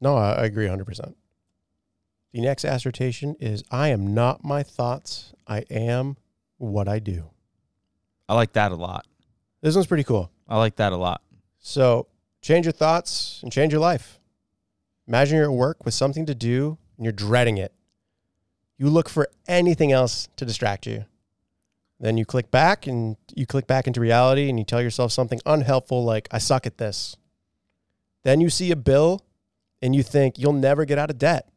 A: No, I, I agree 100%. The next assertion is I am not my thoughts. I am what I do.
B: I like that a lot.
A: This one's pretty cool.
B: I like that a lot.
A: So change your thoughts and change your life. Imagine you're at work with something to do and you're dreading it. You look for anything else to distract you. Then you click back and you click back into reality and you tell yourself something unhelpful like, I suck at this. Then you see a bill and you think you'll never get out of debt.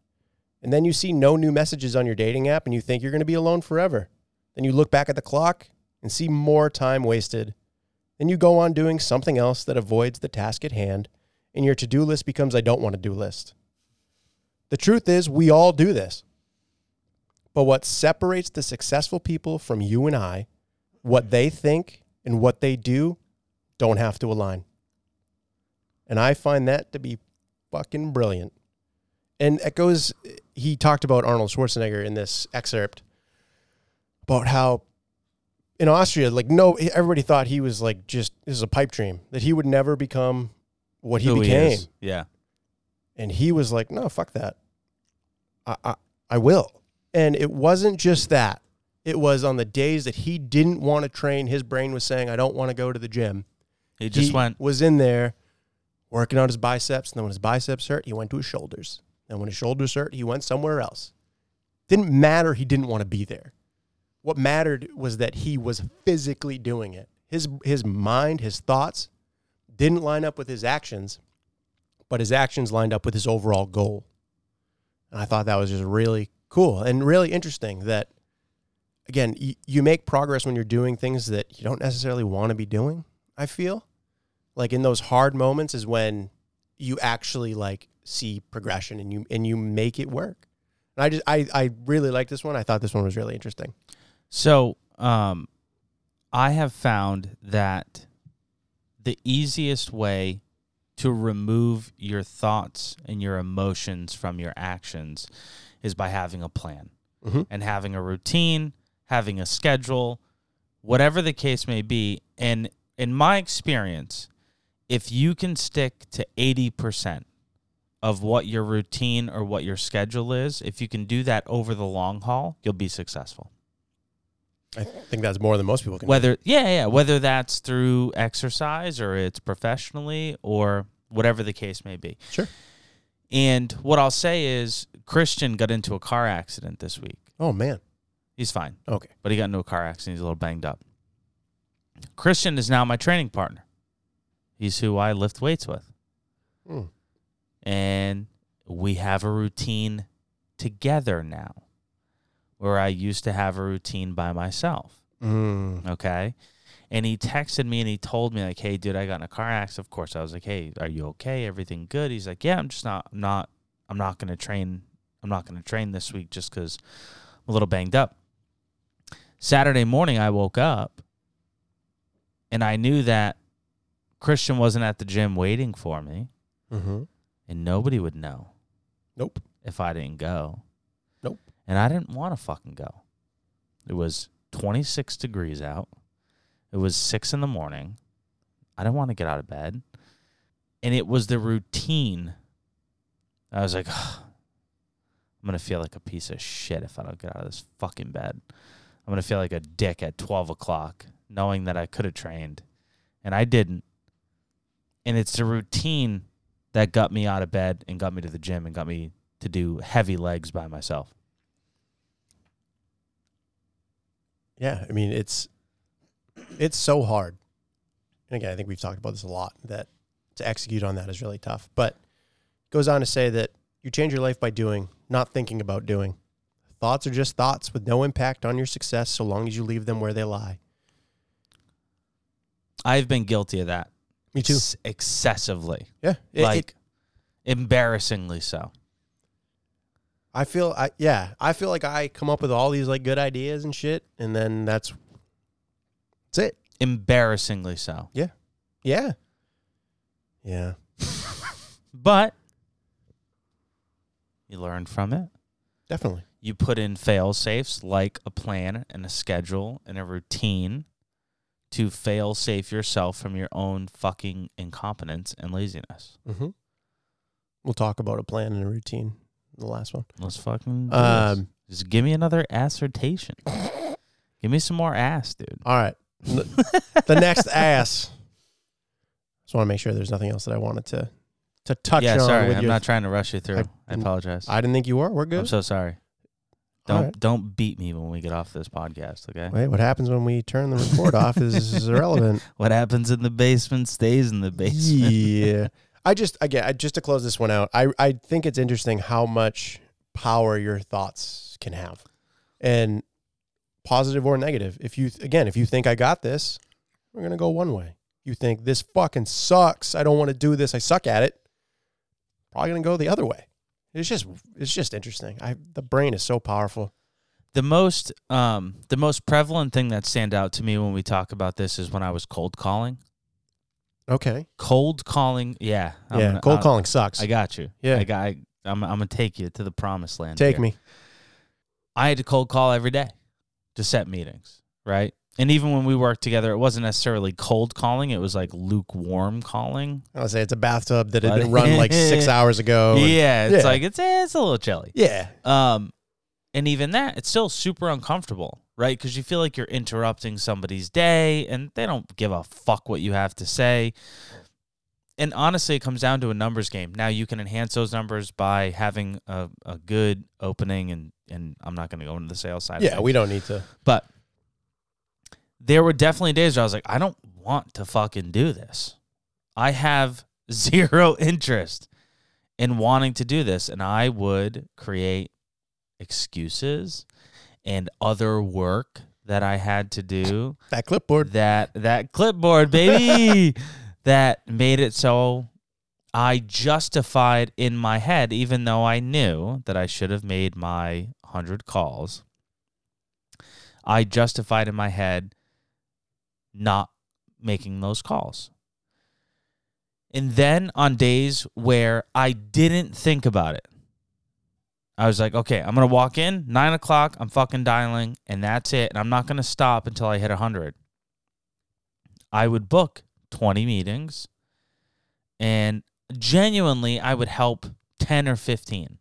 A: And then you see no new messages on your dating app and you think you're going to be alone forever. Then you look back at the clock and see more time wasted. Then you go on doing something else that avoids the task at hand, and your to do list becomes I don't want to do list. The truth is, we all do this. But what separates the successful people from you and I, what they think and what they do, don't have to align. And I find that to be fucking brilliant. And it goes, he talked about Arnold Schwarzenegger in this excerpt about how in Austria, like no, everybody thought he was like just this is a pipe dream that he would never become what he
B: Who
A: became,
B: is. Yeah.
A: and he was like, no, fuck that, I, I I will. And it wasn't just that; It was on the days that he didn't want to train, his brain was saying, I don't want to go to the gym.
B: He just
A: he
B: went.
A: was in there working on his biceps, and then when his biceps hurt, he went to his shoulders. And when his shoulders hurt, he went somewhere else. Didn't matter he didn't want to be there. What mattered was that he was physically doing it. His his mind, his thoughts didn't line up with his actions, but his actions lined up with his overall goal. And I thought that was just really cool and really interesting that again, you, you make progress when you're doing things that you don't necessarily want to be doing, I feel. Like in those hard moments is when you actually like see progression and you and you make it work. And I just I, I really like this one. I thought this one was really interesting.
B: So, um, I have found that the easiest way to remove your thoughts and your emotions from your actions is by having a plan
A: Mhm.
B: and having a routine, having a schedule, whatever the case may be. And in my experience, if you can stick to 80% of what your routine or what your schedule is, if you can do that over the long haul, you'll be successful
A: I think that's more than most people can. do.
B: whether yeah yeah whether that's through exercise or it's professionally or whatever the case may be
A: Sure.
B: and what i'll say is christian got into a car accident this week
A: Oh man.
B: he's fine
A: Okay.
B: but he got into a car accident he's a little banged up christian is now my training partner he's who i lift weights with
A: Hmm.
B: and we have a routine together now where i used to have a routine by myself
A: Mm.
B: Okay. And he texted me and he told me like, "Hey, dude, I got in a car accident." Of course, I was like, "Hey, are you okay? Everything good?" He's like, "Yeah, I'm just not, I'm not, I'm not gonna train. I'm not gonna train this week just because I'm a little banged up." Saturday morning, I woke up and I knew that Christian wasn't at the gym waiting for me,
A: Mm-hmm.
B: and nobody would know
A: Nope.
B: if I didn't go.
A: Nope.
B: And I didn't want to fucking go. It was 26 degrees out. It was six in the morning. I didn't want to get out of bed. And it was the routine. I was like, I'm going to feel like a piece of shit if I don't get out of this fucking bed. I'm going to feel like a dick at 12 o'clock, knowing that I could have trained and I didn't. And it's the routine that got me out of bed and got me to the gym and got me to do heavy legs by myself.
A: Yeah. I mean, it's it's so hard. And again, I think we've talked about this a lot that to execute on that is really tough. But it goes on to say that you change your life by doing, not thinking about doing. Thoughts are just thoughts with no impact on your success so long as you leave them where they lie.
B: I've been guilty of that.
A: Me too.
B: Ex- excessively.
A: Yeah. It- it-
B: like embarrassingly so.
A: I feel I yeah, I feel like I come up with all these like good ideas and shit and then that's that's it.
B: Embarrassingly so.
A: Yeah. Yeah.
B: But you learn from it.
A: Definitely.
B: You put in fail safes like a plan and a schedule and a routine to fail safe yourself from your own fucking incompetence and laziness.
A: Mm-hmm. We'll talk about a plan and a routine. in The last one.
B: Let's fucking do this.
A: Um,
B: just give me another assertation. give me some more ass, dude.
A: all right. The, the next ass. Just want to make sure there's nothing else that I wanted to to touch
B: yeah,
A: on.
B: sorry.
A: with
B: I'm
A: your-
B: not trying to rush you through. I,
A: I- I'm-
B: apologize. I,
A: I didn't think you were. We're
B: am
A: good.
B: so sorry.
A: All
B: Don't
A: right.
B: don't beat me when we get off this podcast, okay?
A: Wait, what happens when we turn the record off is, is irrelevant.
B: What happens in the basement stays in the basement.
A: Yeah. I just again, I, just to close this one out, I I think it's interesting how much power your thoughts can have, and positive or negative. If you again, if you think I got this, we're gonna go one way. You think this fucking sucks. I don't want to do this. I suck at it. Probably gonna go the other way. It's just it's just interesting. I the brain is so powerful.
B: The most um the most prevalent thing that stand out to me when we talk about this is when I was cold calling.
A: Okay.
B: Cold calling, yeah. I'm
A: yeah.
B: gonna-
A: Cold
B: I-
A: calling sucks.
B: I got you.
A: Yeah.
B: I got I, I'm I'm gonna take you to the promised land.
A: Take
B: here.
A: me.
B: I had to cold call every day to set meetings, right? And even when we worked together, it wasn't necessarily cold calling; it was like lukewarm calling.
A: I'll say it's a bathtub that had
B: But-
A: been run like six hours ago. Oh, and-
B: yeah, it's
A: yeah.
B: like it's eh, it's a little chilly.
A: yeah.
B: Um, and even that, it's still super uncomfortable. right? Because you feel like you're interrupting somebody's day and they don't give a fuck what you have to say. And honestly, it comes down to a numbers game. Now you can enhance those numbers by having a, a good opening, and, and I'm not going to go into the sales side. of
A: Yeah,
B: things.
A: we don't need to.
B: But there were definitely days where I was like, I don't want to fucking do this. I have zero interest in wanting to do this. And I would create excuses and other work that I had to do.
A: That clipboard.
B: That that clipboard, baby, that made it so I justified in my head, even though I knew that I should have made my hundred calls. I justified in my head not making those calls. And then on days where I didn't think about it, I was like, okay, I'm going to walk in, nine o'clock, I'm fucking dialing, and that's it. And I'm not going to stop until I hit 100. I would book 20 meetings and genuinely I would help 10 or 15.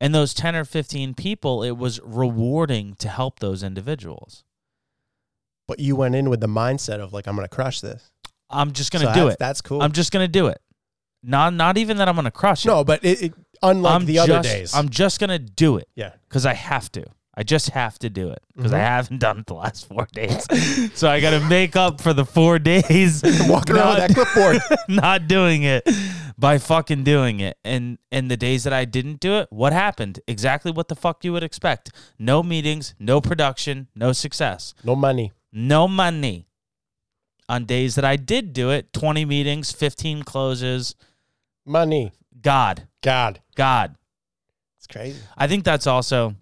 B: And those 10 or 15 people, it was rewarding to help those individuals.
A: But you went in with the mindset of like, I'm gonna crush this.
B: I'm just going to
A: So
B: do
A: that's-
B: it.
A: That's cool.
B: I'm just going to do it. Not not even that I'm going to crush it.
A: no, but it, it, unlike
B: I'm
A: the
B: just,
A: other days.
B: I'm just going to do it
A: yeah.
B: cuz I have to. I just have to do it because I
A: Mhm.
B: haven't done it the last 4 days. so I got to make up for the 4 days
A: Walking around
B: not-
A: with that clipboard.
B: not doing it by fucking doing it. And and the days that I didn't do it, what happened? Exactly what the fuck you would expect. No meetings, no production, no success,
A: no money.
B: no money. On days that I did do it, 20 meetings, 15 closes,
A: Money.
B: God,
A: God.
B: God.
A: It's crazy.
B: I think that's also,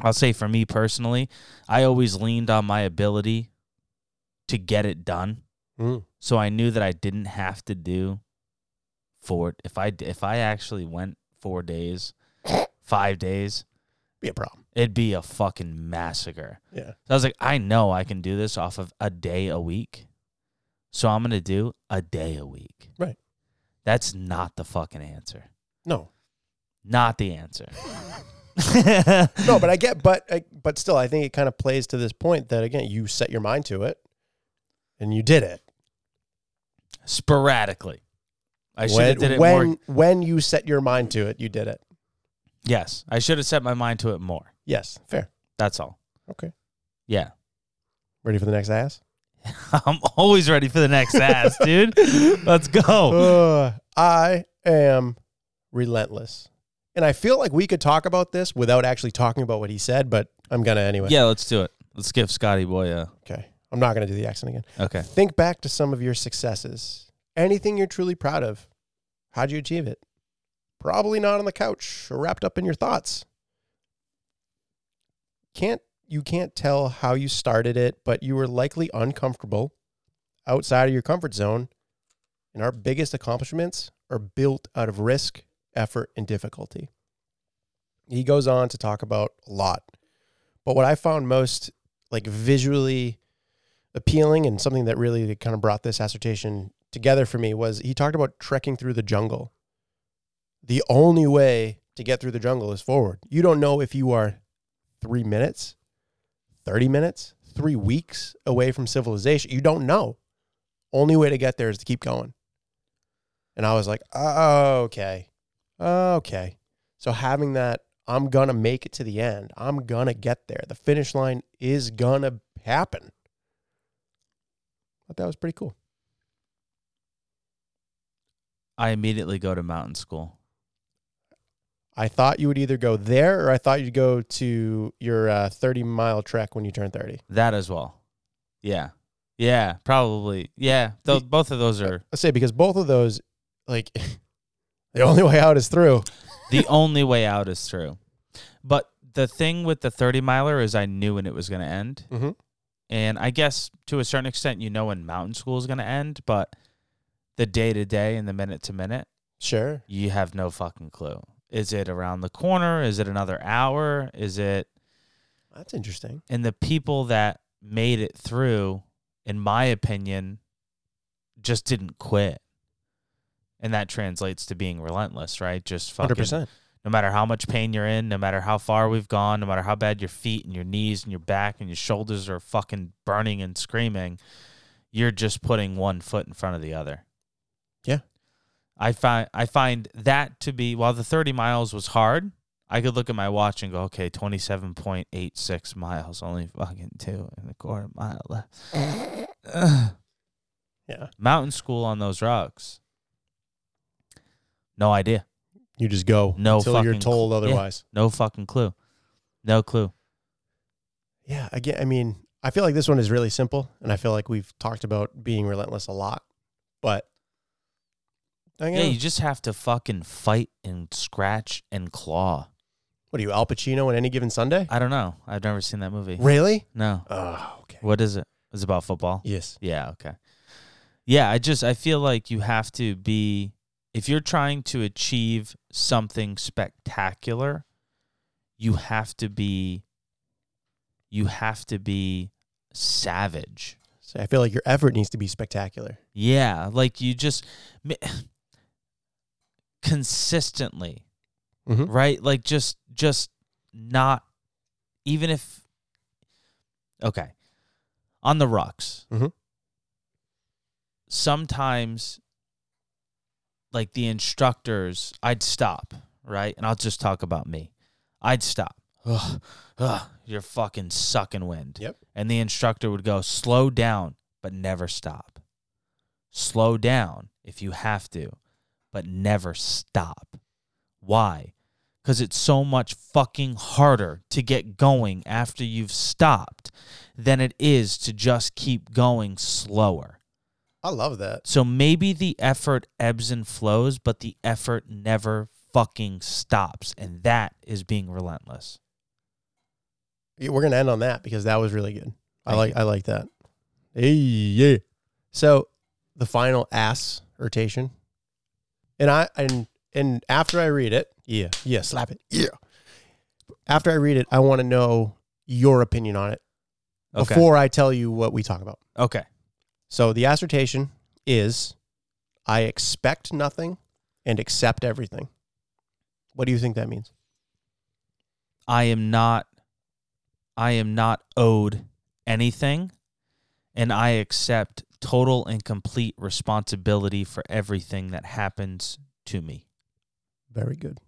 B: I'll say for me personally, I always leaned on my ability to get it done.
A: Mm.
B: so I knew that I didn't have to do four. If I if I actually went four days, five days,
A: Be a problem.
B: it'd be a fucking massacre.
A: Yeah.
B: So I was like, I know I can do this off of a day a week, so I'm gonna do a day a week.
A: Right.
B: That's not the fucking answer.
A: No.
B: Not the answer.
A: No, but I get, but I, but still, I think it kind of plays to this point that again, you set your mind to it, and you did it.
B: sporadically. I should
A: when
B: have did it
A: when
B: more.
A: when you set your mind to it, you did it.
B: Yes, I should have set my mind to it more.
A: Yes, fair.
B: That's all.
A: Okay.
B: Yeah.
A: Ready for the next ass?
B: I'm always ready for the next ass, dude. Let's go.
A: Uh, I am relentless, and I feel like we could talk about this without actually talking about what he said, but I'm gonna anyway.
B: Yeah, let's do it. Let's give Scotty Boy a
A: Okay. I'm not gonna do the accent again.
B: okay.
A: Think back to some of your successes. Anything you're truly proud of. How'd you achieve it? Probably not on the couch or wrapped up in your thoughts. Can't you can't tell how you started it, but you were likely uncomfortable outside of your comfort zone. And our biggest accomplishments are built out of risk, effort, and difficulty. He goes on to talk about a lot. But what I found most like visually appealing and something that really kind of brought this assertion together for me was he talked about trekking through the jungle. The only way to get through the jungle is forward. You don't know if you are three minutes, 30 minutes, three weeks away from civilization. You don't know. Only way to get there is to keep going. And I was like, oh, okay. Okay. So having that, I'm going to make it to the end. I'm going to get there. The finish line is going to happen thought that was pretty cool.
B: I immediately go to mountain school.
A: I thought you would either go there or I thought you'd go to your uh, 30 mile trek when you turn 30.
B: That as well. Yeah. Yeah, probably. Yeah. Tho-
A: The-
B: both of those are
A: I say because both of those, like, the only way out is through.
B: the only way out is through. But the thing with the 30 miler is I knew when it was going to end.
A: Mhm.
B: And I guess to a certain extent, you know when mountain school is going to end, but the day to day and the minute to minute,
A: Sure.
B: you have no fucking clue. Is it around the corner? Is it another hour? Is it
A: That's interesting.
B: and the people that made it through, in my opinion, just didn't quit. And that translates to being relentless, right? Just fucking
A: 100%.
B: no matter how much pain you're in, no matter how far we've gone, no matter how bad your feet and your knees and your back and your shoulders are fucking burning and screaming, you're just putting one foot in front of the other.
A: Yeah.
B: I find I find that to be while the 30 miles was hard, I could look at my watch and go, okay, 27.86 miles, only fucking two and a quarter mile left. Ugh.
A: Yeah.
B: Mountain school on those rocks. No idea.
A: You just go
B: No
A: until you're
B: fucking
A: told
B: cl- yeah.
A: otherwise.
B: No fucking clue. No clue.
A: Yeah. Again, I mean, I feel like this one is really simple, and I feel like we've talked about being relentless a lot, but I
B: Yeah,
A: know.
B: you just have to fucking fight and scratch and claw.
A: what are you, Al Pacino on any given Sunday?
B: I don't know. I've never seen that movie.
A: really?
B: No.
A: Oh, okay.
B: What is it? It's about football.
A: Yes.
B: Yeah, okay. Yeah, I just I feel like you have to be if you're trying to achieve something spectacular, you have to be you have to be savage.
A: So I feel like your effort needs to be spectacular.
B: Yeah, like you just mi- consistently,
A: Mhm.
B: right? Like just just not even if okay. On the rocks.
A: Mhm.
B: Sometimes like the instructors, I'd stop, right? And I'll just talk about me. I'd stop. Ugh, ugh, you're fucking sucking wind.
A: Yep.
B: And the instructor would go, slow down, but never stop. Slow down if you have to, but never stop. Why? Because it's so much fucking harder to get going after you've stopped than it is to just keep going slower.
A: I love that.
B: So maybe the effort ebbs and flows, but the effort never fucking stops. And that is being relentless.
A: Yeah, We're gonna end on that because that was really good. I
B: Thank
A: like I like that. Hey, yeah. So the final ass rotation, and I and and after I read it, yeah, yeah, slap it, yeah. After I read it, I want to know your opinion on it
B: Okay.
A: before I tell you what we talk about.
B: okay.
A: So the ass rotation is, I expect nothing and accept everything. What do you think that means?
B: I am not I am not owed anything and I accept total and complete responsibility for everything that happens to me.
A: Very good.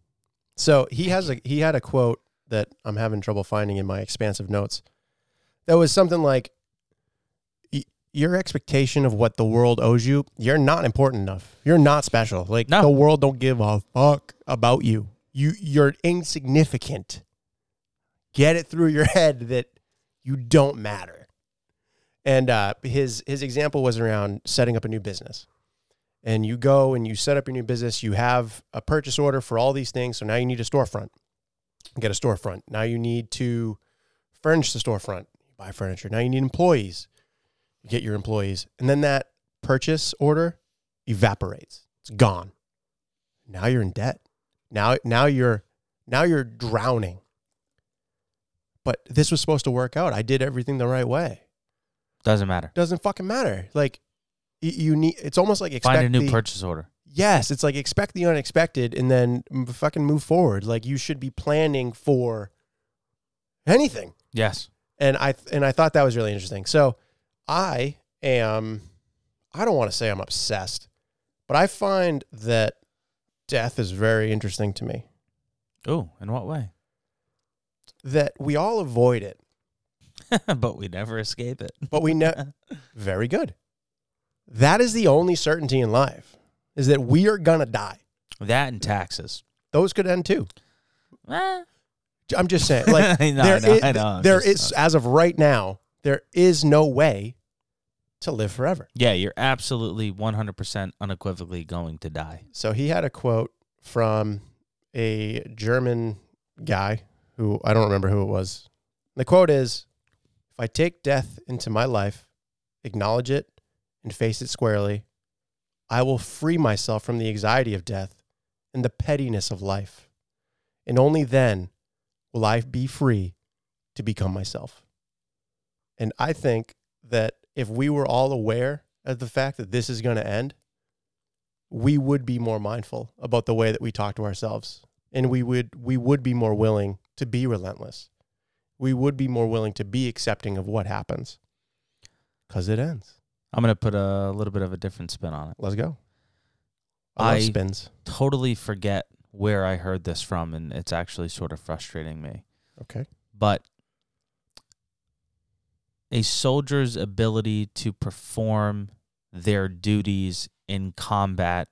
A: So he has a he had a quote that I'm having trouble finding in my expansive notes. That was something like, "Y- "Your expectation of what the world owes you, you're not important enough. You're not special. Like
B: No.
A: the world don't give a fuck about you. You you're insignificant. Get it through your head that you don't matter." And uh, his his example was around setting up a new business and you go and you set up your new business. You have a purchase order for all these things. So now you need a storefront. Get a storefront. Now you need to furnish the storefront. Buy furniture. Now you need employees. You get your employees. And then that purchase order evaporates. It's gone. Now you're in debt. Now now you're now you're drowning. But this was supposed to work out. I did everything the right way.
B: Doesn't matter.
A: Doesn't fucking matter. Like y- you need it's almost like expect
B: Find a new
A: the-
B: purchase order.
A: Yes, it's like expect the unexpected and then m- fucking move forward. Like you should be planning for anything.
B: Yes.
A: And I th- and I thought that was really interesting. So I am I don't want to say I'm obsessed, but I find that death is very interesting to me.
B: Oh, in what way?
A: That we all avoid it,
B: but we never escape it.
A: but we know very good. That is the only certainty in life is that we are gonna die.
B: That and taxes.
A: Those could end too.
B: Eh.
A: I'm just saying like
B: I know,
A: there
B: I know,
A: is-
B: I know. I'm
A: there
B: just-
A: is- as of right now, there is no way to live forever.
B: Yeah, you're absolutely 100% unequivocally going to die.
A: So he had a quote from a German guy who I don't remember who it was. The quote is If I take death into my life, acknowledge it, and face it squarely, I will free myself from the anxiety of death and the pettiness of life. And only then will I be free to become myself. And I think that if we were all aware of the fact that this is going to end, we would be more mindful about the way that we talk to ourselves and we would we would be more willing to be relentless. We would be more willing to be accepting of what happens. Cause it ends.
B: I'm going to put a little bit of a different spin on it.
A: Let's go. I,
B: I-
A: love spins.
B: Totally forget where I heard this from, and it's actually sort of frustrating me.
A: Okay.
B: But a soldier's ability to perform their duties in combat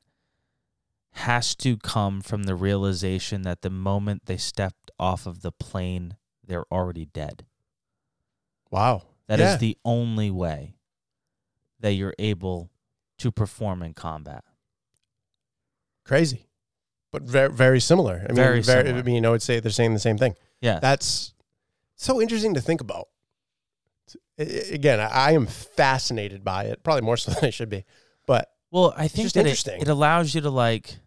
B: has to come from the realization that the moment they stepped off of the plane, they're already dead.
A: Wow.
B: That is
A: Yeah.
B: the only way that you're able to perform in combat.
A: Crazy. But very very similar. I mean
B: Very
A: very,
B: similar.
A: I mean I would say they're saying the same thing.
B: Yeah.
A: That's so interesting to think about. I- I- Again, I I am fascinated by it, probably more so than I should be. But
B: well, I think
A: just
B: that it,
A: interesting.
B: it allows you to like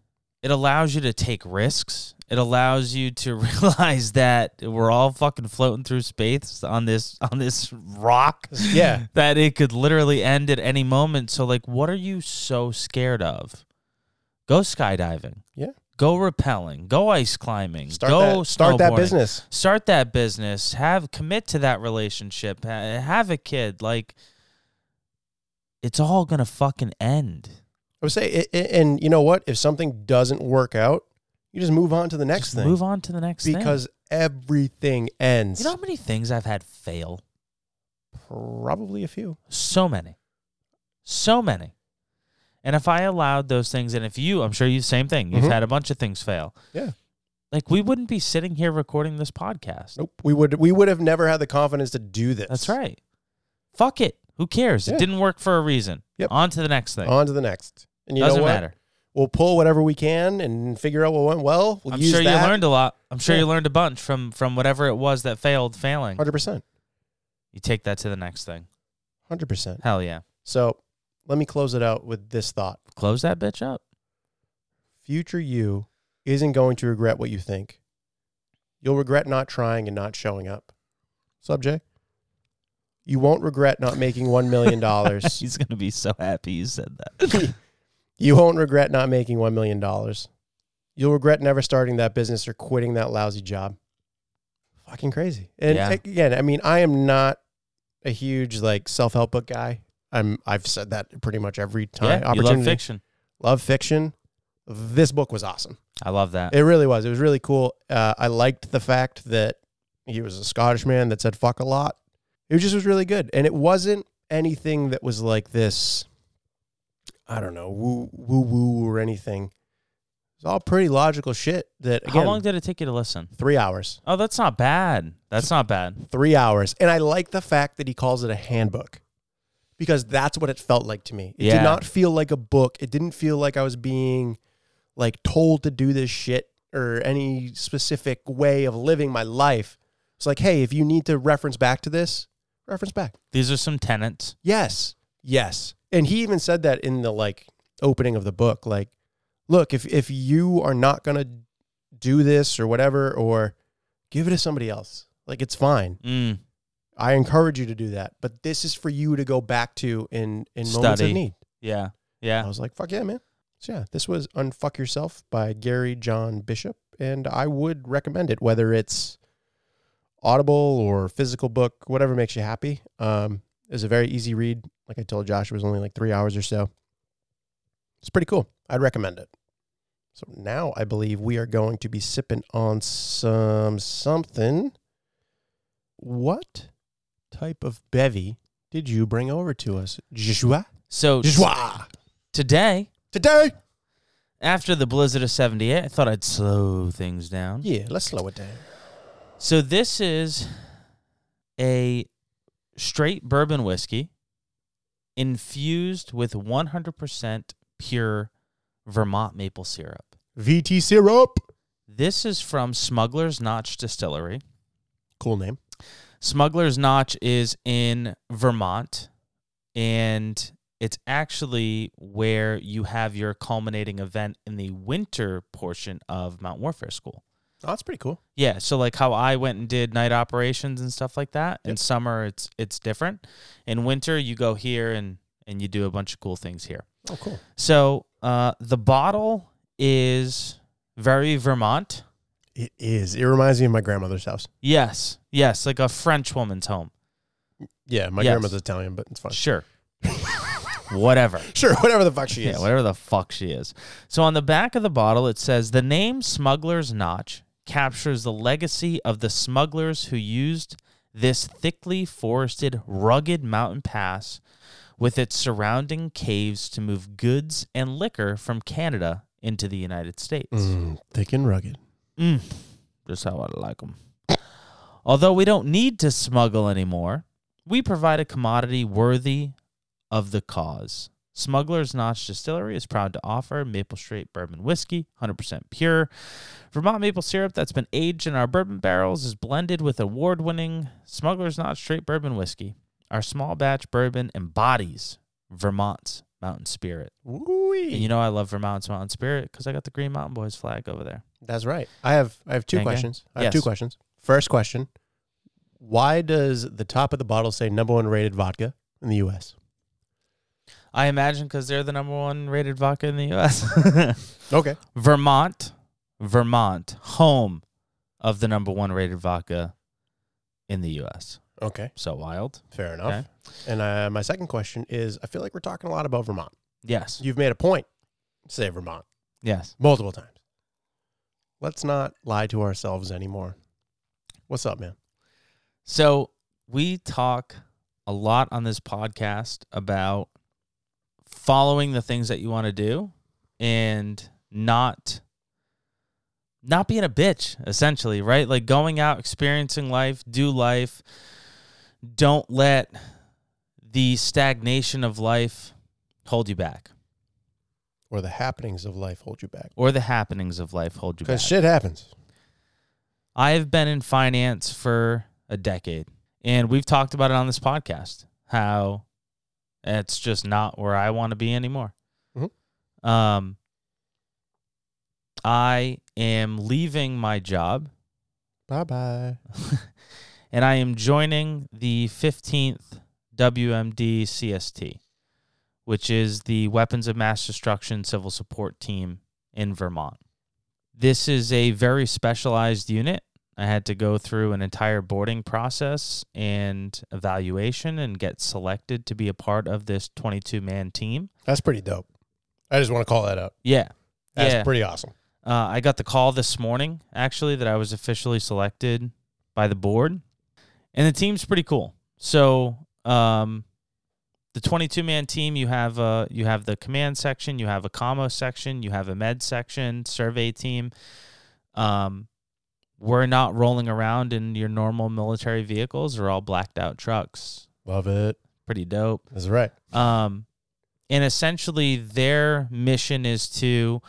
B: it allows you to take risks. It allows you to realize that we're all fucking floating through space on this on this rock.
A: yeah,
B: that it could literally end at any moment. So, like, what are you so scared of? Go skydiving.
A: Yeah.
B: Go rappelling. Go ice climbing.
A: start
B: go
A: that, start that
B: snowboarding.
A: business.
B: Start that business. Have commit to that relationship. ha- Have a kid. Like, it's all gonna fucking end.
A: I would say, i- i- and you know what? If something doesn't work out, you just move on to the next
B: Just
A: thing
B: Move on to the next thing.
A: because everything ends.
B: you know how many things I've had fail.
A: Probably a few.
B: So many. So many. And if I allowed those things, and if you, I'm sure you, same thing, you've
A: Mhm.
B: had a bunch of things fail.
A: Yeah.
B: Like we wouldn't be sitting here recording this podcast.
A: Nope. We would we would have never had the confidence to do this.
B: That's right. Fuck it. Who cares?
A: Yeah.
B: It didn't work for a reason.
A: Yep.
B: On to the next thing.
A: On to the next. And you
B: Doesn't
A: know what?
B: matter.
A: We'll pull whatever we can and figure out what went well. We'll
B: I'm
A: use
B: sure
A: that.
B: you learned a lot. I'm sure
A: Yeah.
B: you learned a bunch from from whatever it was that failed failing.
A: Hundred percent.
B: You take that to the next thing.
A: Hundred percent.
B: Hell yeah.
A: So let me close it out with this thought.
B: Close that bitch up.
A: Future you isn't going to regret what you think. You'll regret not trying and not showing up. Subject. You won't regret not making $1 million.
B: He's gonna be so happy you said that.
A: you won't regret not making $1 million. You'll regret never starting that business or quitting that lousy job. Fucking crazy. And
B: Yeah.
A: again, I mean, I am not a huge like self help book guy. I'm I've said that pretty much every time.
B: yeah, you love fiction.
A: love fiction. This book was awesome.
B: I love that.
A: It really was. It was really cool. Uh, I liked the fact that he was a Scottish man that said fuck a lot. It just was really good. And it wasn't anything that was like this, I don't know, woo woo woo or anything. It's all pretty logical shit that, again,
B: How long did it take you to listen?
A: three hours.
B: Oh, that's not bad. That's not bad.
A: Three hours. And I like the fact that he calls it a handbook because that's what it felt like to me. It
B: Yeah.
A: did not feel like a book. It didn't feel like I was being like told to do this shit or any specific way of living my life. It's like, hey, if you need to reference back to this, reference back.
B: These are some tenants.
A: Yes. Yes. And he even said that in the like opening of the book like look, if if you are not going to do this or whatever or give it to somebody else. Like it's fine.
B: Mm,
A: I encourage you to do that. But this is for you to go back to in in moments of
B: Study.
A: need.
B: yeah.
A: I
B: Yeah.
A: was like, fuck yeah, man. So yeah, this was Unfuck Yourself by Gary John Bishop, and I would recommend it, whether it's audible or physical book, whatever makes you happy. Um, it was a very easy read. Like I told Josh, it was only like three hours or so. It's pretty cool. I'd recommend it. So now I believe we are going to be sipping on some something. What type of bevy did you bring over to us, Joshua?
B: So
A: Joshua.
B: today,
A: Today.
B: after the blizzard of 78, I thought I'd slow things down.
A: Yeah, let's slow it down.
B: So this is a straight bourbon whiskey infused with 100% pure Vermont maple syrup.
A: VT syrup.
B: This is from Smuggler's Notch Distillery.
A: Cool name.
B: Smuggler's Notch is in Vermont, and it's actually where you have your culminating event in the winter portion of Mount Warfare School.
A: Oh, that's pretty cool.
B: Yeah, so like how I went and did night operations and stuff like that. In
A: Yep.
B: summer, it's it's different. In winter, you go here and and you do a bunch of cool things here.
A: Oh, cool.
B: So uh, the bottle is very Vermont.
A: It is. It reminds me of my grandmother's house.
B: Yes. Yes. Like a French woman's home.
A: Yeah, my
B: Yes.
A: grandmother's Italian, but it's fine.
B: Sure. Whatever.
A: Sure, whatever the fuck she is.
B: Yeah, whatever the fuck she is. So on the back of the bottle, it says the name Smuggler's Notch captures the legacy of the smugglers who used this thickly forested, rugged mountain pass with its surrounding caves to move goods and liquor from Canada into the United States.
A: Mm, thick and rugged.
B: Mm, just how I like 'em. Although we don't need to smuggle anymore, we provide a commodity worthy of the cause. Smuggler's Notch Distillery is proud to offer Maple Street Bourbon Whiskey, 100% pure. Vermont maple syrup that's been aged in our bourbon barrels is blended with award winning Smuggler's Notch Straight Bourbon Whiskey. Our small batch bourbon embodies Vermont's mountain spirit. And you
A: Woo-wee.
B: know, I love Vermont's mountain spirit because I got the Green Mountain Boys flag over there.
A: That's right. I have I have two
B: Gang gang?
A: questions. I have two
B: Yes.
A: questions. First question: Why does the top of the bottle say number one rated vodka in the U.S.?
B: I imagine because they're the number one rated vodka in the U.S.
A: Okay.
B: Vermont, Vermont, home of the number one rated vodka in the U.S.
A: Okay.
B: So wild.
A: Fair enough. And uh, my second question is: I feel like we're talking a lot about Vermont.
B: Yes.
A: You've made a point to say Vermont
B: Yes.
A: multiple times. Let's not lie to ourselves anymore. What's up, man?
B: So we talk a lot on this podcast about following the things that you want to do and not not being a bitch essentially, right? Like going out, experiencing life, do life. Don't let the stagnation of life hold you back
A: Or the happenings of life hold you back?
B: or the happenings of life hold you back.
A: Because shit happens.
B: I have been in finance for a decade, and we've talked about it on this podcast how it's just not where I want to be anymore.
A: Mhm.
B: Um, I am leaving my job
A: Bye bye.
B: and I am joining the 15th WMD CST, which is the Weapons of Mass Destruction Civil Support Team in Vermont. This is a very specialized unit. I had to go through an entire boarding process and evaluation and get selected to be a part of this 22 man team.
A: That's pretty dope. I just want to call that out.
B: Yeah.
A: That's
B: yeah.
A: pretty awesome.
B: Uh, I got the call this morning, actually, that I was officially selected by the board, and the team's pretty cool. So, um, the 22 man team, you have uh, you have the command section, you have a commo section, you have a med section, survey team. Um, we're not rolling around in your normal military vehicles; they're all blacked out trucks.
A: Love it.
B: Pretty dope.
A: That's right.
B: Um, and essentially, their mission is to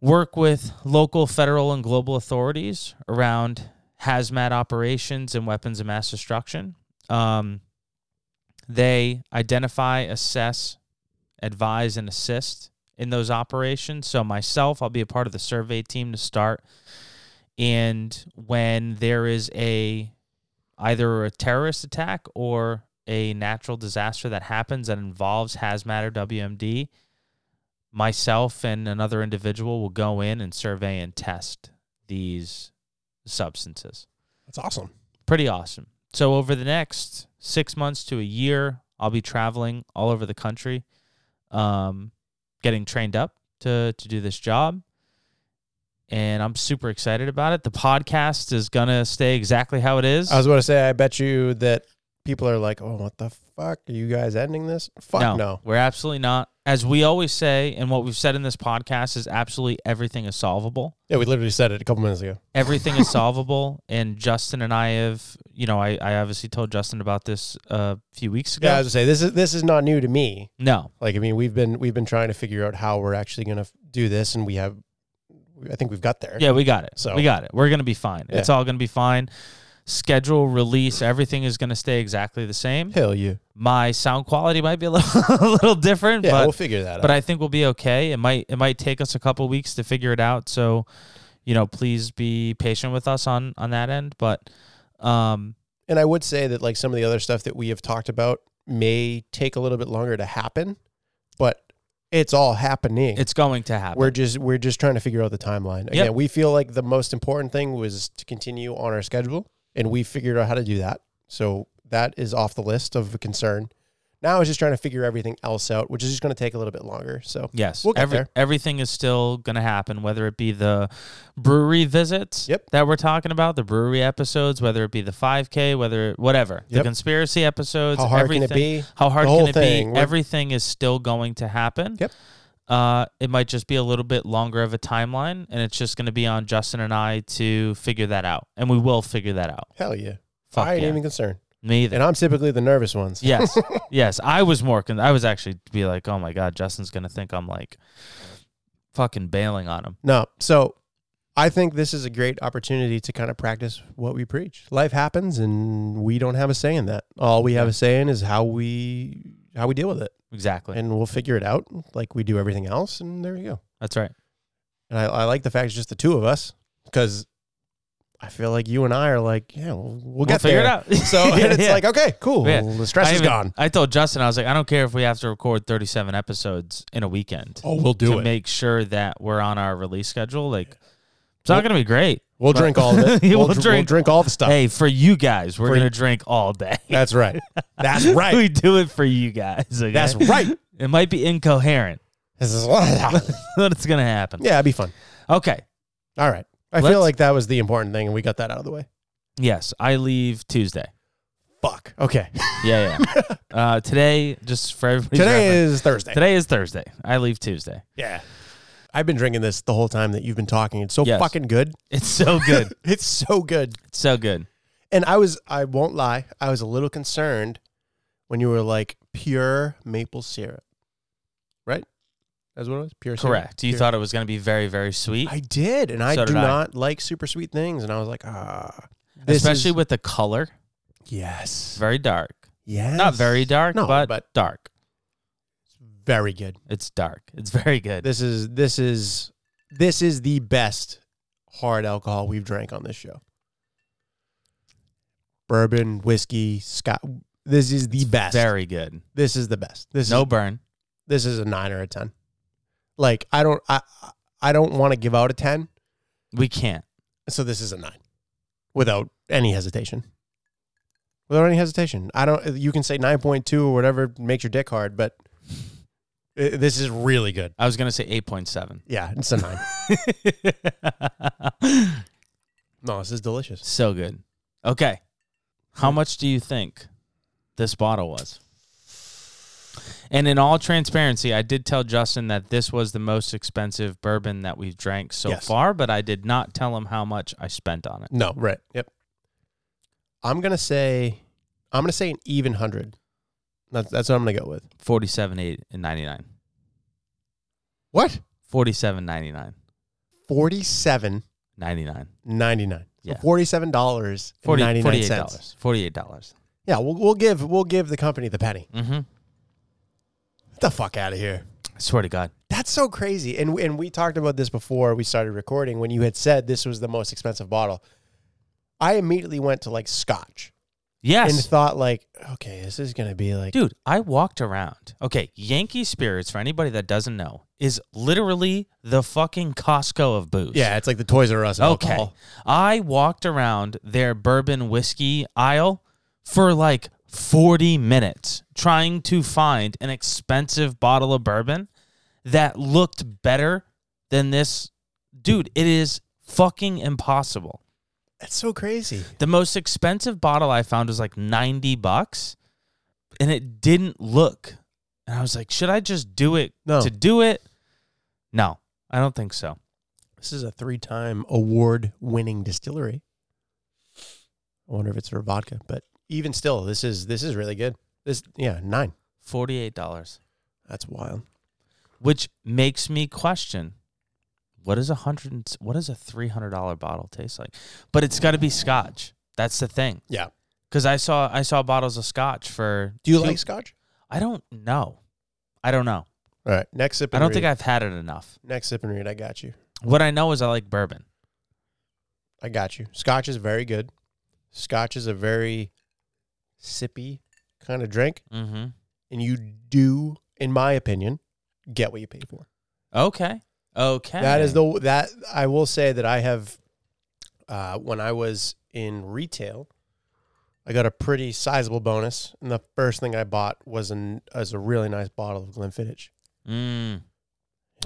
B: work with local, federal, and global authorities around hazmat operations and weapons of mass destruction. Um, they identify, assess, advise, and assist in those operations. So, myself, I'll be a part of the survey team to start. And when there is a either a terrorist attack or a natural disaster that happens that involves hazmat or WMD, myself and another individual will go in and survey and test these substances.
A: That's awesome.
B: Pretty awesome. So, over the next six months to a year, I'll be traveling all over the country, um, getting trained up to, to do this job. And I'm super excited about it. The podcast is going to stay exactly how it is.
A: I was about to say, I bet you that people are like, oh, what the fuck? Are you guys ending this? Fuck no.
B: We're absolutely not. As we always say, and what we've said in this podcast is absolutely everything is solvable.
A: Yeah, we literally said it a couple minutes ago.
B: Everything is solvable. And Justin and I have, you know, I, I obviously told Justin about this uh, a few weeks ago.
A: Yeah, I was gonna say this is this is not new to me.
B: no.
A: Like, I mean, we've been we've been trying to figure out how we're actually gonna f- do this, and we have, I think we've got there.
B: Yeah, we got it.
A: So-
B: we got it. We're gonna be fine. It's all gonna be fine. Schedule, release, everything is gonna stay exactly the same.
A: Hell yeah.
B: My sound quality might be a little, a little different,
A: Yeah,
B: but
A: we'll figure that
B: but
A: out.
B: I think we'll be okay. It might it might take us a couple weeks to figure it out. So, you know, please be patient with us on on that end. But um,
A: and I would say that like some of the other stuff that we have talked about may take a little bit longer to happen, but It's all happening.
B: It's going to happen.
A: we're just we're just trying to figure out the timeline. Again, we feel like the most important thing was to continue on our schedule, and we figured out how to do that. So that is off the list of concern. Now it's just trying to figure everything else out, which is just going to take a little bit longer. So
B: Yes.
A: We'll get
B: Every-
A: there.
B: Everything is still going to happen, whether it be the brewery visits
A: Yep.
B: that we're talking about, the brewery episodes, whether it be the 5K, whether whatever, the
A: Yep.
B: conspiracy episodes.
A: how hard
B: everything,
A: can it be?
B: How hard
A: The
B: can
A: whole
B: it
A: thing.
B: be?
A: We're-
B: Everything is still going to happen.
A: Yep.
B: Uh, it might just be a little bit longer of a timeline, and it's just going to be on Justin and I to figure that out, and we will figure that out.
A: Hell yeah!
B: Fuck
A: I ain't
B: yeah.
A: even concerned,
B: Me either.
A: and I'm typically the nervous ones.
B: Yes, yes. I was more. Con- I was actually to be like, oh my god, Justin's gonna think I'm like fucking bailing on him.
A: No. So I think this is a great opportunity to kind of practice what we preach. Life happens and we don't have a say in that. All we have a say in is how we how we deal with it.
B: Exactly.
A: And we'll figure it out like we do everything else. And there you go.
B: That's right.
A: And I, I like the fact it's just the two of us because I feel like you and I are like, yeah, we'll, we'll, get
B: figure
A: there.
B: it out.
A: So
B: Yeah,
A: and it's
B: yeah.
A: like, okay, cool.
B: Yeah.
A: The stress
B: I
A: is
B: even-
A: gone.
B: I told Justin, I was like, I don't care if we have to record 37 episodes in a weekend
A: Oh, we'll
B: to make sure that we're on our release schedule. Like, it's not
A: Well-
B: gonna be great.
A: we'll
B: but-
A: drink all of it.
B: We'll
A: dr-
B: drink-
A: we'll drink all the stuff.
B: Hey, for you guys, we're
A: For
B: gonna
A: you-
B: drink all day.
A: That's right. That's right.
B: we do it for you guys. okay?
A: That's right.
B: It might be incoherent,
A: This is- yeah,
B: but it's gonna happen.
A: it'd be fun.
B: Okay.
A: All right. I
B: Let's-
A: feel like that was the important thing, and we got that out of the way.
B: Yes, I leave Tuesday.
A: Fuck. Okay.
B: Yeah, yeah. uh, today, just for everybody.
A: Today is Thursday.
B: today is Thursday. I leave Tuesday.
A: Yeah. I've been drinking this the whole time that you've been talking. It's so
B: Yes.
A: fucking good.
B: It's so good.
A: It's so good.
B: it's so good.
A: And I was, I won't lie, I was a little concerned when you were like pure maple syrup, right? That's what it was. Pure syrup.
B: Correct. You
A: Pure-
B: thought it was going to be very, very sweet,
A: I did, and I
B: So
A: do
B: did I.
A: not like super sweet things. And I was like, ah, this is-
B: especially with the color. It's
A: yes,
B: very dark.
A: yes,
B: Not very dark,
A: No,
B: but,
A: but-
B: dark.
A: very good.
B: It's dark. It's very good.
A: This is this is this is the best hard alcohol we've drank on this show. Bourbon, whiskey, Scott. This is the best.
B: very good.
A: This is the best. This
B: No
A: is
B: burn.
A: this is a nine or a ten. Like I don't I I don't want to give out a ten,
B: We can't.
A: so this is a nine, without any hesitation. Without any hesitation, I don't. You can say nine point two or whatever makes your dick hard, but i- this is really good.
B: I was going to say 8.7.
A: Yeah, it's a nine. no, this is delicious.
B: so good. Okay. How much do you think this bottle was? And in all transparency, I did tell Justin that this was the most expensive bourbon that we've drank so
A: Yes.
B: far, but I did not tell him how much I spent on it.
A: No, right. Yep. I'm gonna say I'm gonna say an even hundred. That's that's what I'm gonna go with.
B: Forty-seven eight and ninety-nine.
A: What?
B: Forty-seven ninety-nine.
A: Forty seven
B: Ninety-nine.
A: ninety nine.
B: Yeah.
A: Forty seven dollars
B: Forty.
A: ninety nine
B: Forty-eight
A: cents.
B: dollars. Forty-eight dollars.
A: Yeah, we'll we'll give we'll give the company the penny.
B: Mm-hmm.
A: Get the fuck out of here.
B: I swear to God.
A: That's so crazy. And and we talked about this before we started recording when you had said this was the most expensive bottle. I immediately went to like scotch
B: Yes.
A: and thought like, okay, this is gonna be like
B: Dude, I walked around. Okay, Yankee Spirits, for anybody that doesn't know, is literally the fucking Costco of booze.
A: Yeah, it's like the Toys R Us. of
B: Okay.
A: alcohol.
B: I walked around their bourbon whiskey aisle for like 40 minutes trying to find an expensive bottle of bourbon that looked better than this. Dude, it is fucking impossible.
A: That's so crazy.
B: The most expensive bottle I found was like 90 bucks and it didn't look. And I was like, should I just do it
A: No.
B: to do it? No, I don't think so.
A: This is a three-time award-winning distillery. I wonder if it's for vodka, but even still, this is this is really good. This yeah, nine.
B: $48,
A: That's wild.
B: which makes me question what is a hundred and s- what does a $300 bottle taste like? But it's got to be scotch. That's the thing.
A: Yeah.
B: Cuz I saw I saw bottles of scotch for
A: Do you like scotch?
B: I don't know. I don't know.
A: All right, next sip.
B: I
A: And
B: don't
A: read.
B: think I've had it enough.
A: next sip and read. I got you.
B: What I know is I like bourbon.
A: I got you. Scotch is very good. Scotch is a very sippy kind of drink,
B: Mhm.
A: and you do, in my opinion, get what you pay for.
B: Okay. Okay.
A: That is the that I will say that I have uh, when I was in retail, I got a pretty sizable bonus, and the first thing I bought was an was a really nice bottle of Glenfiddich.
B: Mm.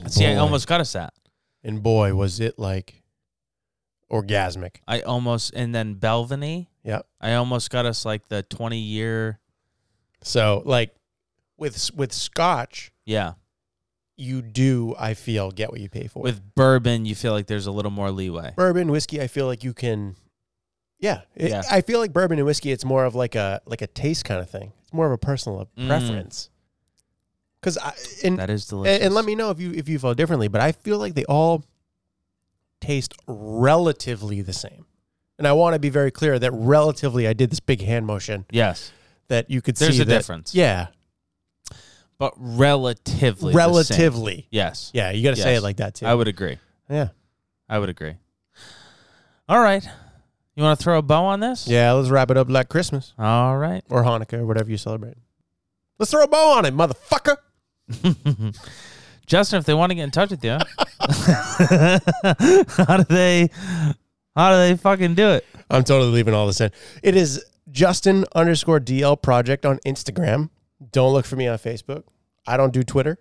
A: And
B: See, I
A: boy-
B: almost got us that.
A: and boy was it like orgasmic.
B: I almost and then Belvany.
A: Yep.
B: I almost got us like the twenty year.
A: So like with with Scotch,
B: Yeah.
A: you do I feel get what you pay for.
B: With bourbon, you feel like there's a little more leeway.
A: bourbon whiskey, I feel like you can. Yeah, It-
B: Yeah.
A: I feel like bourbon and whiskey. It's more of like a like a taste kind of thing. It's more of a personal
B: Mm.
A: preference. Because I and,
B: That is delicious.
A: and and let me know if you if you feel differently, but I feel like they all taste relatively the same. And I want to be very clear that relatively, I did this big hand motion
B: Yes.
A: that you could
B: There's
A: see
B: a
A: that-
B: difference.
A: Yeah,
B: But relatively. the same.
A: relatively.
B: Yes.
A: Yeah, you got to say
B: Yes.
A: it like that too.
B: I would agree.
A: yeah,
B: I would agree. All right. You want to throw a bow on this?
A: yeah. Let's wrap it up like Christmas.
B: All right.
A: or Hanukkah or whatever you celebrate. Let's throw a bow on it, motherfucker.
B: Justin, if they want to get in touch with you, how do they how do they fucking do it?
A: I'm totally leaving all this in. It is Justin underscore DL project on Instagram. Don't look for me on Facebook. I don't do Twitter.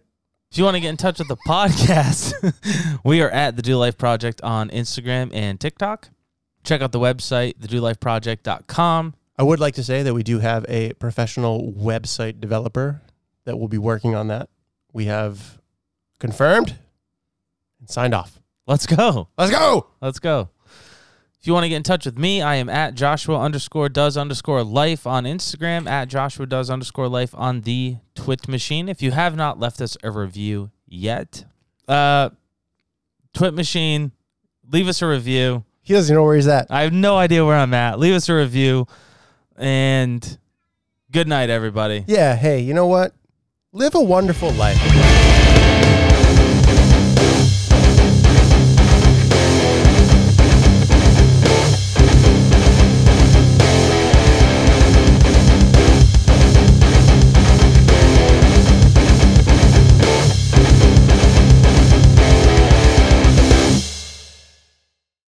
B: If you want to get in touch with the podcast, we are at the Do Life Project on Instagram and TikTok. Check out the website, thedolifeproject.com.
A: I would like to say that we do have a professional website developer that will be working on that. We have confirmed and signed off.
B: Let's go.
A: Let's go.
B: Let's go. If you want to get in touch with me, I am at Joshua underscore does underscore life on Instagram, at Joshua does underscore life on the Twit machine. If you have not left us a review yet, uh, Twit machine, leave us a review.
A: He doesn't know where he's at.
B: I have no idea where I'm at. Leave us a review and good night, everybody.
A: Yeah. Hey, you know what? Live a wonderful life.